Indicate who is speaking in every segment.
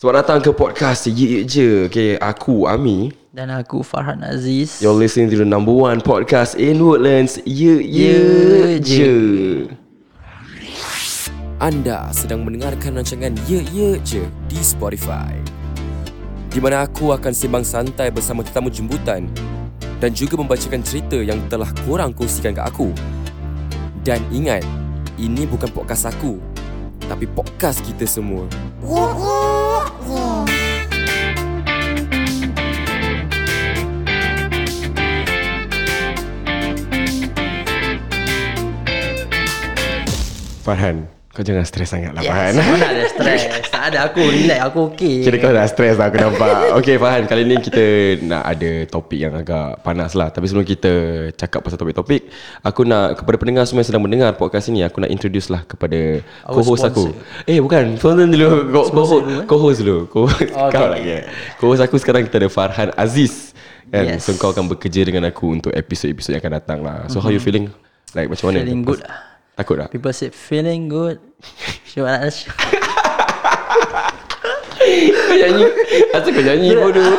Speaker 1: Selamat datang ke podcast Ye Ye Je Okay, aku Ami
Speaker 2: Dan aku Farhan Aziz
Speaker 1: You're listening to the number one podcast in Woodlands Ye Ye,
Speaker 2: Ye
Speaker 1: Je.
Speaker 2: Je.
Speaker 3: Anda sedang mendengarkan rancangan Ye Ye Je di Spotify. Di mana aku akan sembang santai bersama tetamu jemputan dan juga membacakan cerita yang telah korang kongsikan ke aku. Dan ingat, ini bukan podcast aku, tapi podcast kita semua.
Speaker 1: Farhan, kau jangan stres sangat lah Farhan
Speaker 2: Yes Mana ada stress Tak ada aku relax Aku okay
Speaker 1: Kira kau dah stres lah aku nampak Okay Farhan, kali ni kita nak ada topik yang agak panas lah Tapi sebelum kita cakap pasal topik-topik Aku nak, kepada pendengar semua yang sedang mendengar podcast ini Aku nak introduce lah kepada
Speaker 2: Our
Speaker 1: co-host aku
Speaker 2: sponsor. eh?
Speaker 1: Eh bukan, sponsor dulu Co- co- Co-host dulu Co-host
Speaker 2: Oh, Okay.
Speaker 1: kau lagi eh. Co-host aku sekarang kita ada Farhan Aziz kan?
Speaker 2: Yes.
Speaker 1: So kau akan bekerja dengan aku untuk episod-episod yang akan datang lah So how you feeling? Like macam mana?
Speaker 2: Mm-hmm. Feeling good
Speaker 1: Takut tak?
Speaker 2: People said feeling good Sure nak sure.
Speaker 1: Kau nyanyi Asal kau nyanyi bodoh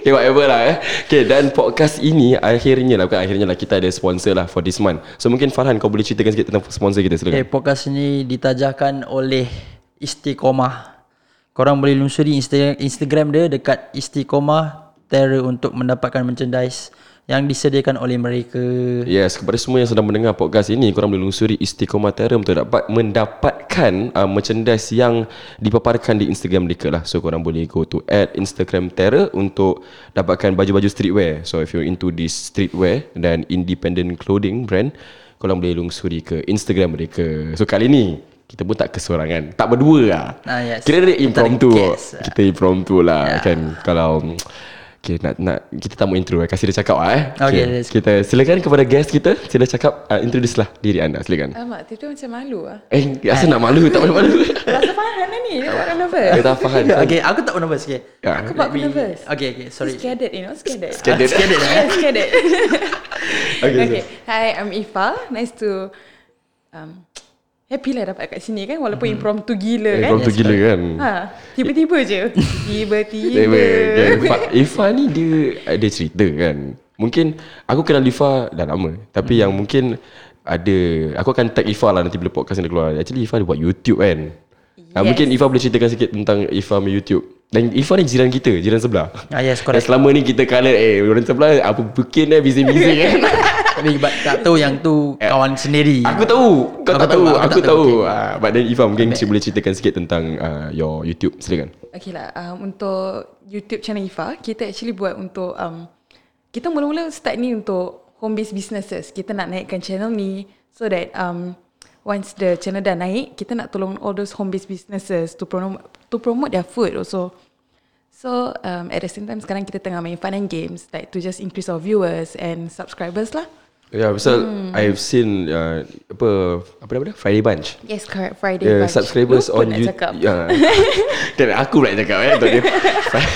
Speaker 1: Okay whatever lah eh Okay dan podcast ini Akhirnya lah Bukan akhirnya lah Kita ada sponsor lah For this month So mungkin Farhan Kau boleh ceritakan sikit Tentang sponsor kita
Speaker 2: Okay
Speaker 1: Silakan
Speaker 2: podcast ni ditajahkan oleh Istiqomah Korang boleh lungsuri Insta- Instagram dia Dekat Istiqomah Terror untuk mendapatkan merchandise Yang disediakan oleh mereka
Speaker 1: Yes, kepada semua yang sedang mendengar podcast ini Korang boleh lungsuri Istiqomah Terra Untuk dapat mendapatkan uh, merchandise yang dipaparkan di Instagram mereka lah So korang boleh go to at Instagram Terra Untuk dapatkan baju-baju streetwear So if you're into this streetwear dan independent clothing brand Korang boleh lungsuri ke Instagram mereka So kali ni kita pun tak kesorangan Tak berdua lah
Speaker 2: Ah, yes.
Speaker 1: Kira dia
Speaker 2: Kita ada
Speaker 1: impromptu
Speaker 2: guest lah. Ya.
Speaker 1: Kita impromptu lah yeah. kan Kalau Okay, nak, nak, kita tak mau intro eh. Kasih dia cakap lah eh
Speaker 2: Okay, let's
Speaker 1: kita silakan kepada guest kita sila cakap uh, introduce lah diri anda silakan.
Speaker 4: Alamak, tiba-tiba macam malu lah.
Speaker 1: Eh rasa nak malu tak boleh malu.
Speaker 4: Rasa Farhan lah ni, dia buat kau nervous.
Speaker 1: Kita faham.
Speaker 2: Okay aku tak pun nervous okay.
Speaker 1: Ya.
Speaker 4: Aku buat kau nervous.
Speaker 2: Okay okay sorry
Speaker 4: Scared you know, scared
Speaker 1: Scared.
Speaker 2: Ah, Scared eh?
Speaker 4: Yeah, scared
Speaker 1: Okay,
Speaker 4: okay, okay. Hi, I'm Ifa. Nice to... Um, happy lah dapat kat sini kan, walaupun impromptu gila
Speaker 1: Eh,
Speaker 4: kan.
Speaker 1: kau tu gila kan.
Speaker 4: Ha, tiba-tiba
Speaker 1: Eh,
Speaker 4: je. Tiba-tiba.
Speaker 1: weh, okay. Fa- Ifa ni dia ada cerita kan. Mungkin aku kenal Ifa dah lama
Speaker 2: Hmm.
Speaker 1: tapi yang mungkin ada aku akan tag Ifa lah nanti bila podcast ni dah keluar. Actually Ifa dia buat YouTube kan. Yes.
Speaker 4: Yes.
Speaker 1: mungkin Ifa boleh ceritakan sikit tentang Ifa punya YouTube. Dan Ifa ni jiran kita, jiran sebelah.
Speaker 2: Ah, yes,
Speaker 1: Dan
Speaker 2: correct.
Speaker 1: selama ni kita kala eh orang sebelah apa bikin eh bising-bising kan.
Speaker 2: Tapi but tak tahu yang tu kawan sendiri.
Speaker 1: Aku tahu Kau
Speaker 2: Aku
Speaker 1: tak
Speaker 2: tahu,
Speaker 1: tahu
Speaker 2: aku
Speaker 1: Aku
Speaker 2: tak tahu.
Speaker 1: tahu Ah, But then Ifah Mungkin cik boleh ceritakan sikit Tentang ah, your YouTube Silakan
Speaker 4: Okay lah, um, untuk YouTube channel Ifa, kita actually buat untuk... Um, kita mula-mula start ni untuk home-based businesses. Kita nak naikkan channel ni so that um, once the channel dah naik, kita nak tolong all those home-based businesses to promote, to promote their food also. So um, at the same time sekarang kita tengah main fun and games like to just increase our viewers and subscribers lah.
Speaker 1: Ya yeah, pasal
Speaker 4: Hmm.
Speaker 1: I've seen ah, Apa Apa nama dia Friday Bunch
Speaker 4: Yes, correct. Friday.
Speaker 1: Yeah,
Speaker 4: brunch.
Speaker 1: subscribers
Speaker 4: Lu pun
Speaker 1: on
Speaker 4: nak cakap.
Speaker 1: YouTube. Yeah. Kan aku pula yang cakap eh untuk dia.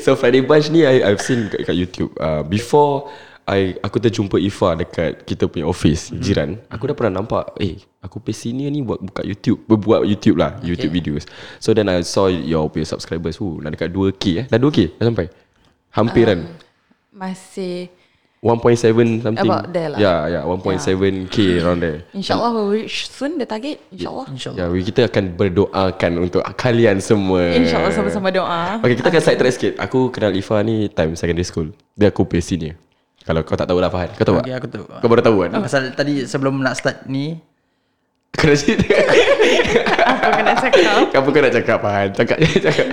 Speaker 1: so Friday Bunch ni I, I've seen kat, kat YouTube. Uh, before I aku terjumpa Ifa dekat kita punya office hmm. jiran. Aku dah pernah nampak, eh aku pay senior ni buat buka YouTube, berbuat YouTube lah, okay. YouTube videos. So then I saw your punya subscribers who nak dekat 2k eh. Dah 2k dah sampai.
Speaker 4: Ah.
Speaker 1: kan? Hampiran.
Speaker 4: Masih
Speaker 1: 1.7 something. Ya,
Speaker 4: About there lah. Ya.
Speaker 1: Yeah, yeah, 1.7k around there.
Speaker 4: InsyaAllah we'll reach soon the target. InsyaAllah.
Speaker 2: InsyaAllah.
Speaker 1: Ya, yeah, kita akan berdoakan untuk kalian semua.
Speaker 4: InsyaAllah sama-sama doa.
Speaker 1: Okay, kita akan side track sikit. Aku kenal Ifa ni time secondary school. Dia aku pay senior. Kalau kau tak tahu lah Fahan. Kau tahu okay, tak?
Speaker 2: Okay, aku tahu.
Speaker 1: Kau baru tahu kan?
Speaker 2: Pasal tadi sebelum nak start ni
Speaker 1: Kena cerita.
Speaker 4: Apa kau nak cakap?
Speaker 1: Apa kau nak cakap Fahan? Cakap je, cakap.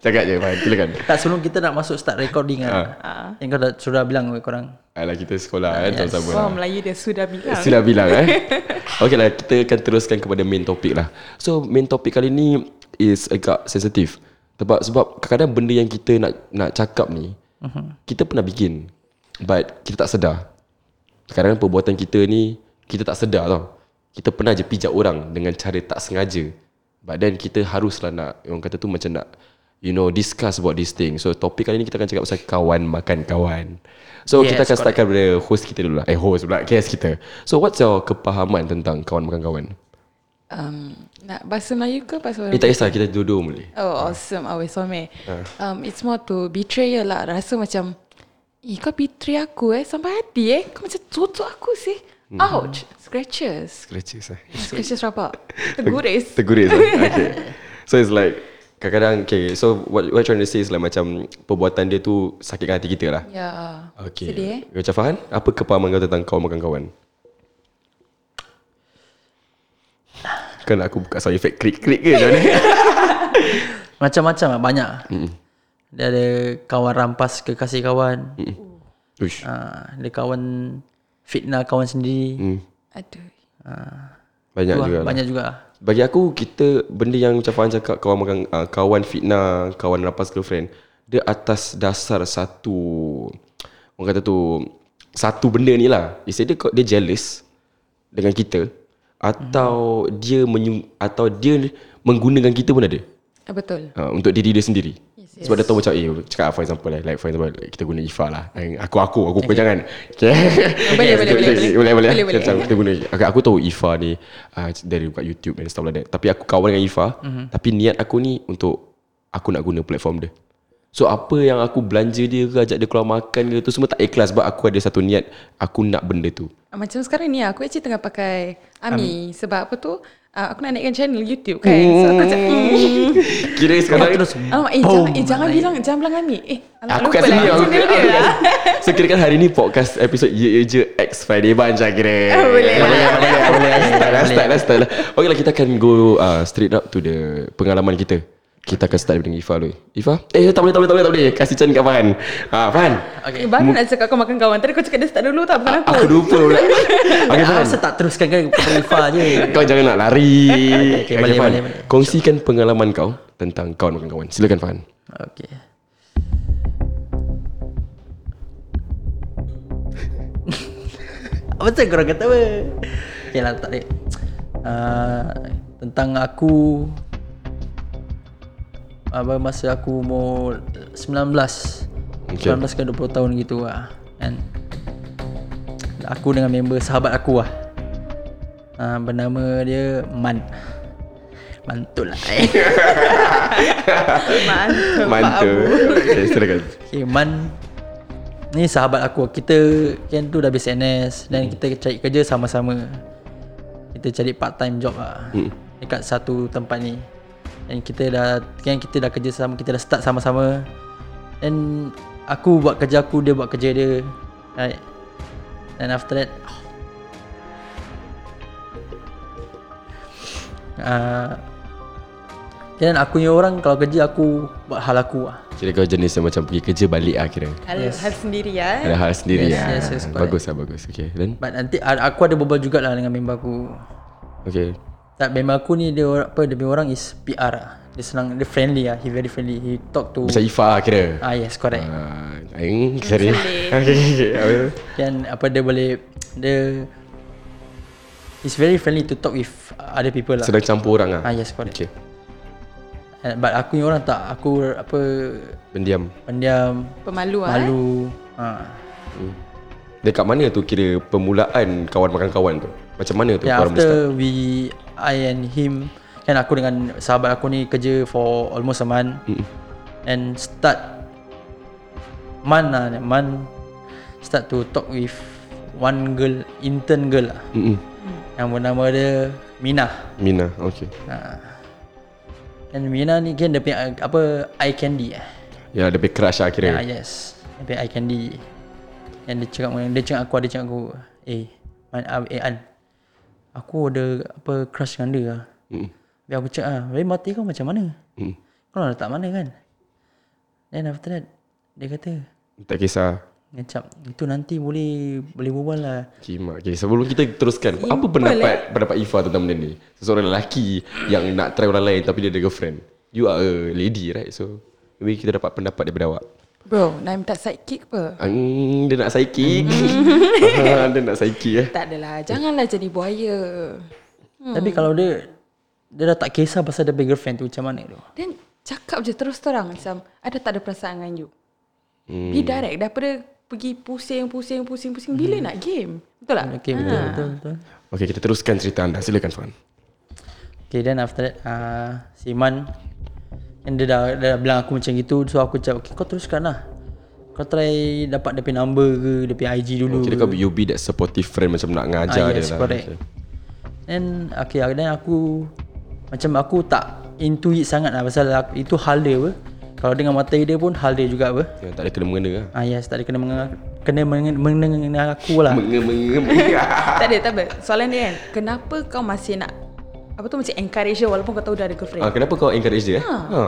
Speaker 1: Cakap je Fahan, silakan.
Speaker 2: Tak sebelum kita nak masuk start recording kan Yang kau dah sudah bilang ke korang
Speaker 1: Alah, kita sekolah kan, sama-sama
Speaker 4: Wah,
Speaker 1: lah.
Speaker 4: Melayu dia sudah kan? bilang.
Speaker 1: Sudah bilang eh Okay lah Kita akan teruskan kepada main topik lah So main topik kali ni Is agak sensitif Sebab, sebab kadang-kadang benda yang kita nak nak cakap ni uh-huh. Kita pernah bikin But kita tak sedar Kadang-kadang perbuatan kita ni Kita tak sedar tau Kita pernah je pijak orang Dengan cara tak sengaja But then kita haruslah nak Orang kata tu macam nak You know discuss about this thing So topik kali ni kita akan cakap pasal Kawan makan kawan So yes, Oh, kita
Speaker 2: Yes,
Speaker 1: akan startkan daripada host kita dulu lah Eh host pula Guest kita So what's your kepahaman tentang kawan makan kawan
Speaker 4: um, nak bahasa Melayu ke bahasa
Speaker 1: Eh Ah. tak kisah kita dua-dua boleh.
Speaker 4: Oh awesome Awes Some um, It's more to Betrayal lah Rasa macam Eh kau betray aku eh Sampai hati eh Kau macam tutup aku sih
Speaker 1: Hmm.
Speaker 4: Ouch Scratches
Speaker 1: Scratches eh.
Speaker 4: Scratches rabak Terguris
Speaker 1: Terguris eh? Okay So it's like Kadang-kadang Okay so what, what you're trying to say Is like macam Perbuatan dia tu Sakitkan hati kita lah
Speaker 4: Ya
Speaker 1: Okay
Speaker 4: Sedih eh
Speaker 1: Macam Fahan Apa kepahaman kau tentang kau makan kawan Kan aku buka sound effect Krik-krik ke eh? macam mana
Speaker 2: Macam-macam lah banyak mm. Dia ada kawan rampas kekasih kawan mm.
Speaker 1: Uish
Speaker 2: Ada kawan fitnah kawan sendiri mm.
Speaker 1: hmm.
Speaker 4: Aduh
Speaker 1: Banyak juga lah
Speaker 2: Banyak juga lah
Speaker 1: Bagi aku kita benda yang macam Fahan cakap kawan makan uh, kawan fitnah, kawan rapas girlfriend, dia atas dasar satu orang kata tu satu benda ni lah. Isteri dia dia jealous dengan kita atau hmm. dia menyu, atau dia menggunakan kita pun ada.
Speaker 4: Ah, Betul
Speaker 1: Uh, untuk diri dia sendiri.
Speaker 4: Yes,
Speaker 1: Yes, Sebab dia tahu macam eh cakap for example eh, like for example like, kita guna Ifah lah. Eh, Aku aku aku okay. jangan. Okay.
Speaker 4: boleh, boleh,
Speaker 1: boleh
Speaker 4: boleh,
Speaker 1: boleh
Speaker 4: boleh.
Speaker 1: boleh.
Speaker 4: Boleh, boleh.
Speaker 1: Macam kita guna. Okay, aku tahu Ifah ni uh, dari buka YouTube dan stuff like that. Tapi aku kawan dengan Ifah, mm-hmm. tapi niat aku ni untuk aku nak guna platform dia. So apa yang aku belanja dia ke ajak dia keluar makan ke tu semua tak ikhlas sebab aku ada satu niat aku nak benda tu.
Speaker 4: Ah, Macam sekarang ni Aku actually tengah pakai Ami Sebab apa tu ah, Aku nak naikkan channel YouTube kan
Speaker 1: Hmm.
Speaker 4: So aku macam mm.
Speaker 1: Kira sekarang
Speaker 2: terus
Speaker 4: Alamak, eh, jangan, eh, jangan bilang Jangan bilang Ami Eh alamak,
Speaker 1: Aku kat
Speaker 4: lupa
Speaker 1: sini
Speaker 4: lah
Speaker 1: aku,
Speaker 4: channel
Speaker 1: aku,
Speaker 4: dia
Speaker 1: kat
Speaker 4: lah.
Speaker 1: sini. So kira kan hari ni podcast episod Ye Ye Je X Friday Bunch lah kira
Speaker 4: Ah, boleh lah.
Speaker 1: Boleh boleh boleh Start lah start lah start lah Okay lah kita akan go uh, straight up to the pengalaman kita Kita akan start dengan Ifah dulu Ifah? Eh tak boleh tak boleh tak boleh, tak boleh. Kasih chance kat Fahan ah, Fahan
Speaker 4: Eh, Baru nak cakap kau makan kawan Tadi kau cakap dia start dulu tak Bukan aku
Speaker 1: Aku lupa pula Okay
Speaker 2: Ah,
Speaker 1: Fahan
Speaker 2: Asal tak teruskan kan Kepala Ifah je
Speaker 1: Kau jangan nak lari Okay,
Speaker 2: boleh,
Speaker 1: Fahan.
Speaker 2: boleh, boleh.
Speaker 1: Kongsikan pengalaman kau Tentang kawan makan kawan Silakan Fahan
Speaker 2: Okay Apa tu korang kata apa Okay lah tak ada uh, Tentang aku apa masa aku umur 19
Speaker 1: Okay.
Speaker 2: okay. 19 ke 20 tahun gitu lah kan aku dengan member sahabat aku lah uh, bernama dia Man mantul lah eh.
Speaker 4: Mantap
Speaker 1: Mantul Okay silakan
Speaker 2: Okay Man Ni sahabat aku Kita Kan tu dah habis NS Dan kita cari kerja sama-sama Kita cari part time job lah Dekat satu tempat ni Dan kita dah Kan kita dah kerja sama Kita dah start sama-sama And Aku buat kerja aku Dia buat kerja dia Right And after that uh, Dan kan aku punya orang Kalau kerja aku Buat hal aku lah
Speaker 1: Kira kau jenis yang macam pergi kerja balik lah kira
Speaker 4: Hal, hal sendiri ya.
Speaker 1: Ada hal sendiri
Speaker 2: Yes,
Speaker 1: lah.
Speaker 2: yes, yes, correct.
Speaker 1: Bagus lah bagus Okay then
Speaker 2: But nanti a- aku ada berbual jugalah dengan member aku.
Speaker 1: Okay
Speaker 2: Tak member aku ni dia orang- apa dia punya orang is PR lah. Dia senang dia friendly lah. He very friendly. He talk to
Speaker 1: Macam Ifah lah kira
Speaker 2: Ah yes correct.
Speaker 1: Ah, Aing Sorry Okay okay okay.
Speaker 2: Kan apa dia boleh dia is very friendly to talk with other people lah.
Speaker 1: Sedang campur orang lah
Speaker 2: Ah yes correct.
Speaker 1: Okay
Speaker 2: And- But aku ni orang tak aku apa
Speaker 1: Pendiam
Speaker 2: pendiam,
Speaker 4: Pemalu ah. eh.
Speaker 2: malu. Ha.
Speaker 1: Dekat mana tu kira Permulaan kawan makan kawan tu Macam mana tu
Speaker 2: Yeah,
Speaker 1: korang boleh start
Speaker 2: Ya, after we I and him kan aku dengan sahabat aku ni kerja for almost a month mm. and start man lah man start to talk with one girl intern girl lah
Speaker 1: Mm-mm.
Speaker 2: yang bernama dia Mina
Speaker 1: Mina Okay
Speaker 2: and Mina ni kan dia punya uh, apa eye candy eh
Speaker 1: Ya lebih crush lah
Speaker 2: yeah.
Speaker 1: kira
Speaker 2: Ah, yes dia punya eye candy yang dia cakap dengan- dia cakap aku ada cakap aku eh man, ah, eh An aku ada apa crush dengan dia lah
Speaker 1: Mm-mm.
Speaker 2: Habis aku cakap ah, Habis mati kau macam mana?
Speaker 1: Mm.
Speaker 2: Kau nak letak mana kan? Then after that Dia kata
Speaker 1: Tak kisah
Speaker 2: Ngecap Itu nanti boleh Boleh berbual lah
Speaker 1: Kimak Okay sebelum kita teruskan Apa pendapat
Speaker 2: eh.
Speaker 1: Pendapat Ifah tentang benda ni Seseorang lelaki Yang nak try orang lain Tapi dia ada girlfriend You are a lady right So Maybe kita dapat pendapat daripada awak
Speaker 4: Bro, nak minta sidekick apa?
Speaker 1: Ang, dia nak psychic Ah, Dia nak psychic eh
Speaker 4: Tak adalah. Janganlah jadi buaya.
Speaker 2: hmm. Tapi kalau dia Dia dah tak kisah Pasal dia punya girlfriend tu Macam mana tu
Speaker 4: Then cakap je terus terang macam ada tak ada perasaan dengan you. Hmm. Be direct daripada pergi pusing pusing pusing pusing bila
Speaker 1: Hmm.
Speaker 4: nak game. Betul tak?
Speaker 2: Okay betul betul, betul.
Speaker 1: Okay kita teruskan cerita anda Silakan Fan
Speaker 2: Okay then after that uh, Siman Kan dia dah, dah bilang aku macam gitu So aku cakap okay, kau teruskan lah Kau try dapat dia punya number ke Dia punya IG dulu
Speaker 1: Kira
Speaker 2: ke.
Speaker 1: kau you be that supportive friend Macam nak ngajar
Speaker 2: Ah,
Speaker 1: dia
Speaker 2: yes,
Speaker 1: Oh, lah
Speaker 2: correct.
Speaker 1: Macam-
Speaker 2: Then okay then aku macam aku tak into it sangat lah pasal aku, itu hal dia apa. Kalau dengan mata dia pun hal dia juga apa.
Speaker 1: Ya, Tak ada kena-mengena lah
Speaker 2: Ah yes, tak ada kena mengenal kena mengenal, mengenal aku lah.
Speaker 1: Menga-menga
Speaker 4: tak ada, tak ada. Soalan dia kan, kenapa kau masih nak apa tu macam encourage dia walaupun kau tahu dah ada girlfriend?
Speaker 1: Ah, kenapa kau encourage dia? eh? Ha.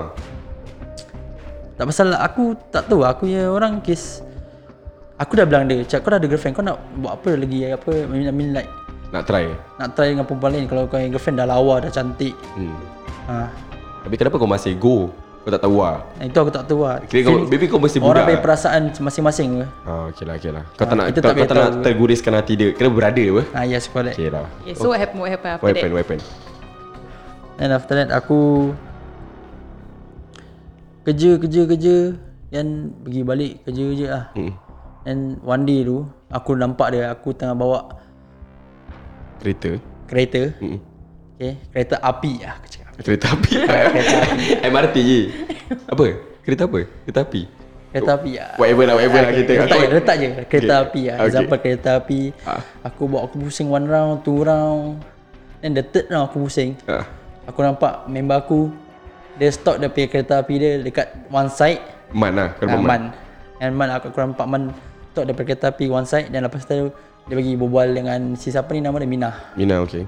Speaker 2: Tak pasal lah, aku tak tahu aku ya orang kes Aku dah bilang dia, cak kau dah ada girlfriend, kau nak buat apa lagi apa I mean, I mean like
Speaker 1: Nak try.
Speaker 2: nak try dengan perempuan lain kalau kau yang girlfriend dah lawa dah cantik.
Speaker 1: Hmm.
Speaker 2: Ah,
Speaker 1: Tapi kenapa kau masih go? Kau tak tahu lah.
Speaker 2: ha, itu aku tak tahu lah.
Speaker 1: Kira kau, baby kau masih
Speaker 2: Orang
Speaker 1: budak. lah.
Speaker 2: punya perasaan masing-masing.
Speaker 1: Ah, okay lah, okay lah. Kau tak
Speaker 2: Ah,
Speaker 1: nak,
Speaker 2: kita
Speaker 1: kau,
Speaker 2: tak
Speaker 1: kau tak
Speaker 2: boleh
Speaker 1: nak
Speaker 2: tahu.
Speaker 1: terguriskan hati dia. Kena berada apa?
Speaker 2: Ah yes, correct.
Speaker 1: Okay lah.
Speaker 4: Okay, so what happened, what happened after
Speaker 1: What happened,
Speaker 4: that?
Speaker 1: what happened?
Speaker 2: And after that aku kerja kerja kerja dan pergi balik kerja je lah. Hmm. And one day tu aku nampak dia aku tengah bawa
Speaker 1: Kereta.
Speaker 2: kereta. Hmm. Okay, kereta api lah aku cakap.
Speaker 1: Kereta api. MRT je. Apa? Kereta apa? Kereta api.
Speaker 2: Kereta api lah.
Speaker 1: Whatever lah, whatever lah
Speaker 2: Okay,
Speaker 1: kereta.
Speaker 2: letak je, letak je kereta
Speaker 1: Okay.
Speaker 2: api lah.
Speaker 1: Okay.
Speaker 2: Example kereta api.
Speaker 1: Ah.
Speaker 2: Aku bawa aku pusing one round, two round. And the third round aku pusing.
Speaker 1: Ah.
Speaker 2: Aku nampak member aku dia stop dia punya kereta api dia dekat one side.
Speaker 1: Man lah. Kau
Speaker 2: Ah,
Speaker 1: nampak man.
Speaker 2: Man. And Man aku kurang nampak Man tok daripada kereta api one side dan lepas tu dia bagi berbual dengan si siapa ni nama dia Mina.
Speaker 1: Mina, okay.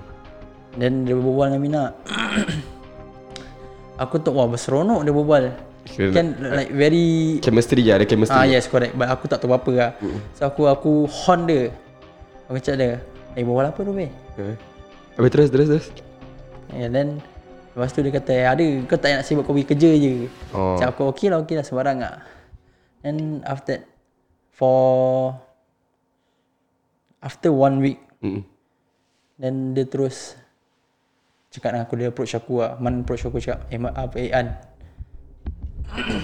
Speaker 2: Dan dia berbual dengan Mina. aku tu wah berseronok dia berbual.
Speaker 1: Kira-
Speaker 2: Kan like very
Speaker 1: Chemistry je, ada chemistry.
Speaker 2: Ah yes correct But aku tak tahu apa-apa lah So aku aku horn dia Aku cakap dia Eh berbual apa tu weh
Speaker 1: Eh. Habis terus, terus, terus.
Speaker 2: And then Lepas tu dia kata eh, Ada kau tak payah nak sibuk kau pergi kerja je
Speaker 1: Oh.
Speaker 2: oh. Cakap aku okey lah okey lah sembarang lah And after that For After one week
Speaker 1: Mm.
Speaker 2: Then dia terus Cakap dengan aku Dia approach aku lah Man approach aku cakap Eh, ma- apa, eh An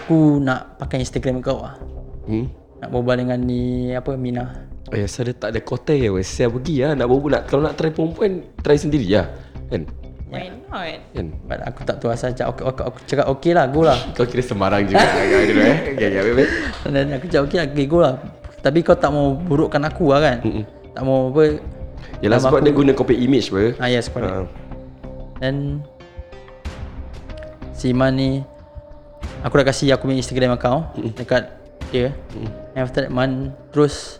Speaker 2: Aku nak pakai Instagram kau lah
Speaker 1: Hmm.
Speaker 2: Nak berbual dengan ni Apa Mina
Speaker 1: Oh ya, saya tak ada kotel ya, weh. Saya pergi lah. Nak bobo nak, kalau nak try perempuan, try sendiri lah. Kan?
Speaker 4: Why not?
Speaker 1: Kan?
Speaker 2: But aku tak tahu asal cakap, aku, aku, aku cakap okey lah go lah
Speaker 1: Kau kira sembarang juga kau dulu eh. Okay, okay, baik.
Speaker 2: Dan aku cakap okay lah okay, go lah Tapi kau tak mau burukkan aku lah kan Mm-mm. Tak mau apa
Speaker 1: Yalah
Speaker 2: Nama
Speaker 1: sebab
Speaker 2: aku-
Speaker 1: dia guna copy image apa.
Speaker 2: Ah yes correct
Speaker 1: Ha.
Speaker 2: Dan Si Iman ni Aku dah kasih aku punya Instagram account Dekat dia And after that Man terus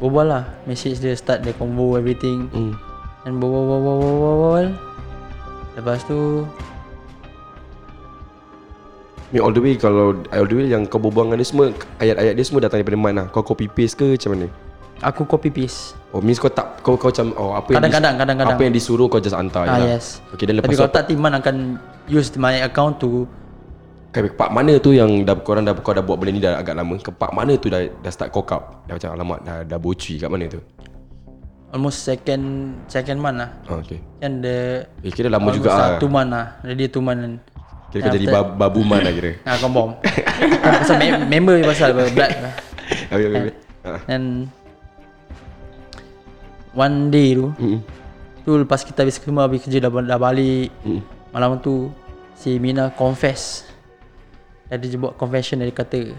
Speaker 2: Berbual lah Message dia start dia combo everything
Speaker 1: Hmm.
Speaker 2: Dan berbual berbual berbual berbual, berbual. Lepas tu
Speaker 1: Ni all the way kalau all the way yang kau berbual dengan dia semua ayat-ayat dia semua datang daripada mana? Kau copy paste ke macam mana?
Speaker 2: Aku copy paste
Speaker 1: Oh means kau tak kau kau macam oh apa yang
Speaker 2: Kadang-kadang,
Speaker 1: dis-
Speaker 2: kadang-kadang.
Speaker 1: apa yang disuruh kau just hantar je
Speaker 2: Ah
Speaker 1: lah.
Speaker 2: yes.
Speaker 1: Okay dan lepas tu
Speaker 2: Tapi kalau tak Timan akan use my account to
Speaker 1: kau part mana tu yang dah korang dah kau dah buat benda ni dah agak lama. Ke part mana tu dah dah start cock up. Dah macam alamat dah dah bocui kat mana tu?
Speaker 2: almost second second month lah.
Speaker 1: Ha okay.
Speaker 2: Kan the
Speaker 1: Eh, kira lama juga lah.
Speaker 2: Satu month lah. Jadi two month. kan.
Speaker 1: Kira kau
Speaker 2: Then
Speaker 1: jadi
Speaker 2: after-
Speaker 1: bab- babu man lah kira.
Speaker 2: Ah kau bom. Ah, pasal mem- member ni pasal apa, blood. lah.
Speaker 1: Habis habis. habis. Ha.
Speaker 2: And one day tu
Speaker 1: Mm-mm.
Speaker 2: tu lepas kita habis semua habis kerja dah, dah balik. Malam tu si Mina confess. Dia ada buat confession dia kata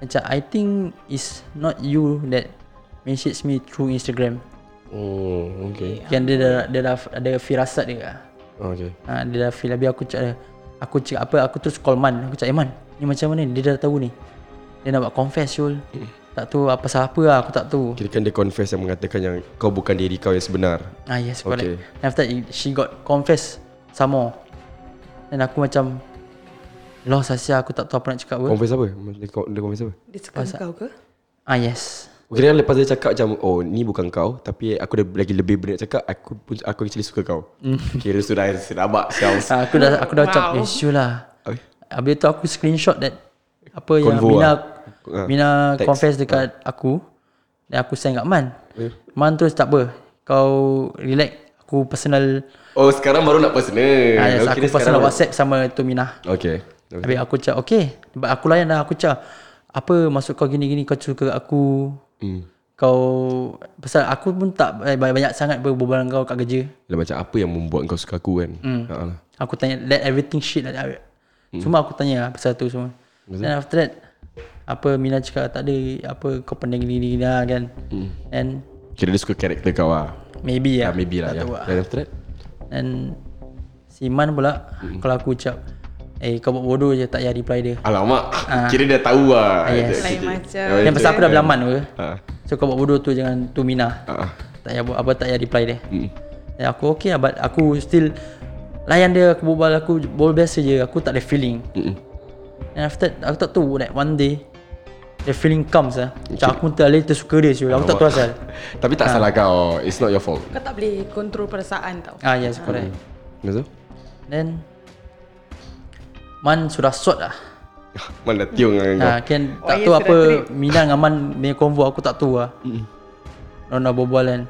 Speaker 2: macam I think it's not you that message me through Instagram.
Speaker 1: Oh okay.
Speaker 2: Kan dia dah, dia dah ada firasat dia lah.
Speaker 1: Oh, okay.
Speaker 2: ha, Dia dah feel Habis aku cakap dia Aku cakap apa Aku terus call Man Aku cakap Eh Man Ni macam mana ni? Dia dah tahu ni Dia nak buat confess Syul Tak tahu apa pasal apa lah Aku tak tahu
Speaker 1: Kira kan dia confess yang mengatakan yang kau bukan diri kau yang sebenar.
Speaker 2: Ah yes correct
Speaker 1: Okay.
Speaker 2: okay. And after that She got confess Some more Dan aku macam Lost Asia Aku tak tahu apa nak cakap apa
Speaker 1: Confess apa? Dia, co- dia confess apa?
Speaker 4: Dia suka dengan kau ke?
Speaker 2: Ah yes
Speaker 1: Kira kan lepas dia cakap macam Oh ni bukan kau Tapi aku dah lagi lebih benda nak cakap Aku pun aku actually suka kau
Speaker 2: Hmm.
Speaker 1: Kira sudah serabak Syams
Speaker 2: ah, Aku dah aku dah cakap Eh Syul lah
Speaker 1: Habis?
Speaker 2: Habis tu aku screenshot that Apa yang
Speaker 1: Convo
Speaker 2: Mina
Speaker 1: ah. Ah,
Speaker 2: Mina
Speaker 1: text. Ah.
Speaker 2: confess dekat aku Dan aku send kat Man
Speaker 1: Eh.
Speaker 2: Man terus tak apa Kau relax Aku personal
Speaker 1: Oh sekarang baru nak personal
Speaker 2: Ah, yes,
Speaker 1: Oh,
Speaker 2: aku
Speaker 1: kira sekarang-
Speaker 2: personal WhatsApp sama tu Mina.
Speaker 1: Okay
Speaker 2: Habis aku cakap lah." okay. Sebab aku layan dah aku cakap apa maksud kau gini-gini kau suka aku. Hmm. kau pasal aku pun tak eh, banyak-banyak sangat berbual dengan kau kat kerja.
Speaker 1: Lah macam apa yang membuat kau suka aku kan. Hmm. Ha lah.
Speaker 2: Aku tanya Let everything shit like that hmm. Semua aku tanya lah Pasal tu semua Then after that Apa Mina cakap Tak ada Apa kau pandai gini gini lah kan hmm. And
Speaker 1: Kira dia suka karakter kau lah.
Speaker 2: Maybe
Speaker 1: Yeah.
Speaker 2: lah
Speaker 1: Ah, maybe lah.
Speaker 2: Tak
Speaker 1: Ya.
Speaker 2: tahu lah
Speaker 1: Dan after that,
Speaker 2: And Siman pula hmm. Kalau aku ucap Eh kau buat bodoh je Tak payah reply dia
Speaker 1: alamak. Kira dia tahu lah.
Speaker 2: Ah. Yes.
Speaker 1: Okay,
Speaker 4: Lain
Speaker 1: okay.
Speaker 4: macam.
Speaker 1: Ah,
Speaker 2: Dan pasal aku dah
Speaker 1: kan.
Speaker 2: belaman apa
Speaker 1: Ha.
Speaker 2: So kau buat bodoh tu Jangan tu Mina
Speaker 1: Ha.
Speaker 2: Tak payah buat apa Tak payah reply dia Dan aku okay lah But aku still Layan dia Aku berbual Aku berbual biasa je Aku tak ada feeling
Speaker 1: Mm-mm.
Speaker 2: And after that, aku tak tahu like one day the feeling comes lah. Macam aku teralih tersuka dia siul. Aku tak tahu asal.
Speaker 1: Tapi
Speaker 2: Ah.
Speaker 1: tak salah kau. It's not your fault.
Speaker 4: Kau tak boleh kontrol perasaan tau.
Speaker 2: Ah yes, correct.
Speaker 1: Mm. Maksud?
Speaker 2: Then Man sudah sort lah.
Speaker 1: Ah, Mana tiung dengan kau.
Speaker 2: Ha, kan
Speaker 4: Oh,
Speaker 2: tak
Speaker 4: yes,
Speaker 2: tahu
Speaker 4: sudah
Speaker 2: apa
Speaker 4: trip.
Speaker 2: Mina dengan Man punya convo aku tak tahu lah. Mm. Nak berbual kan.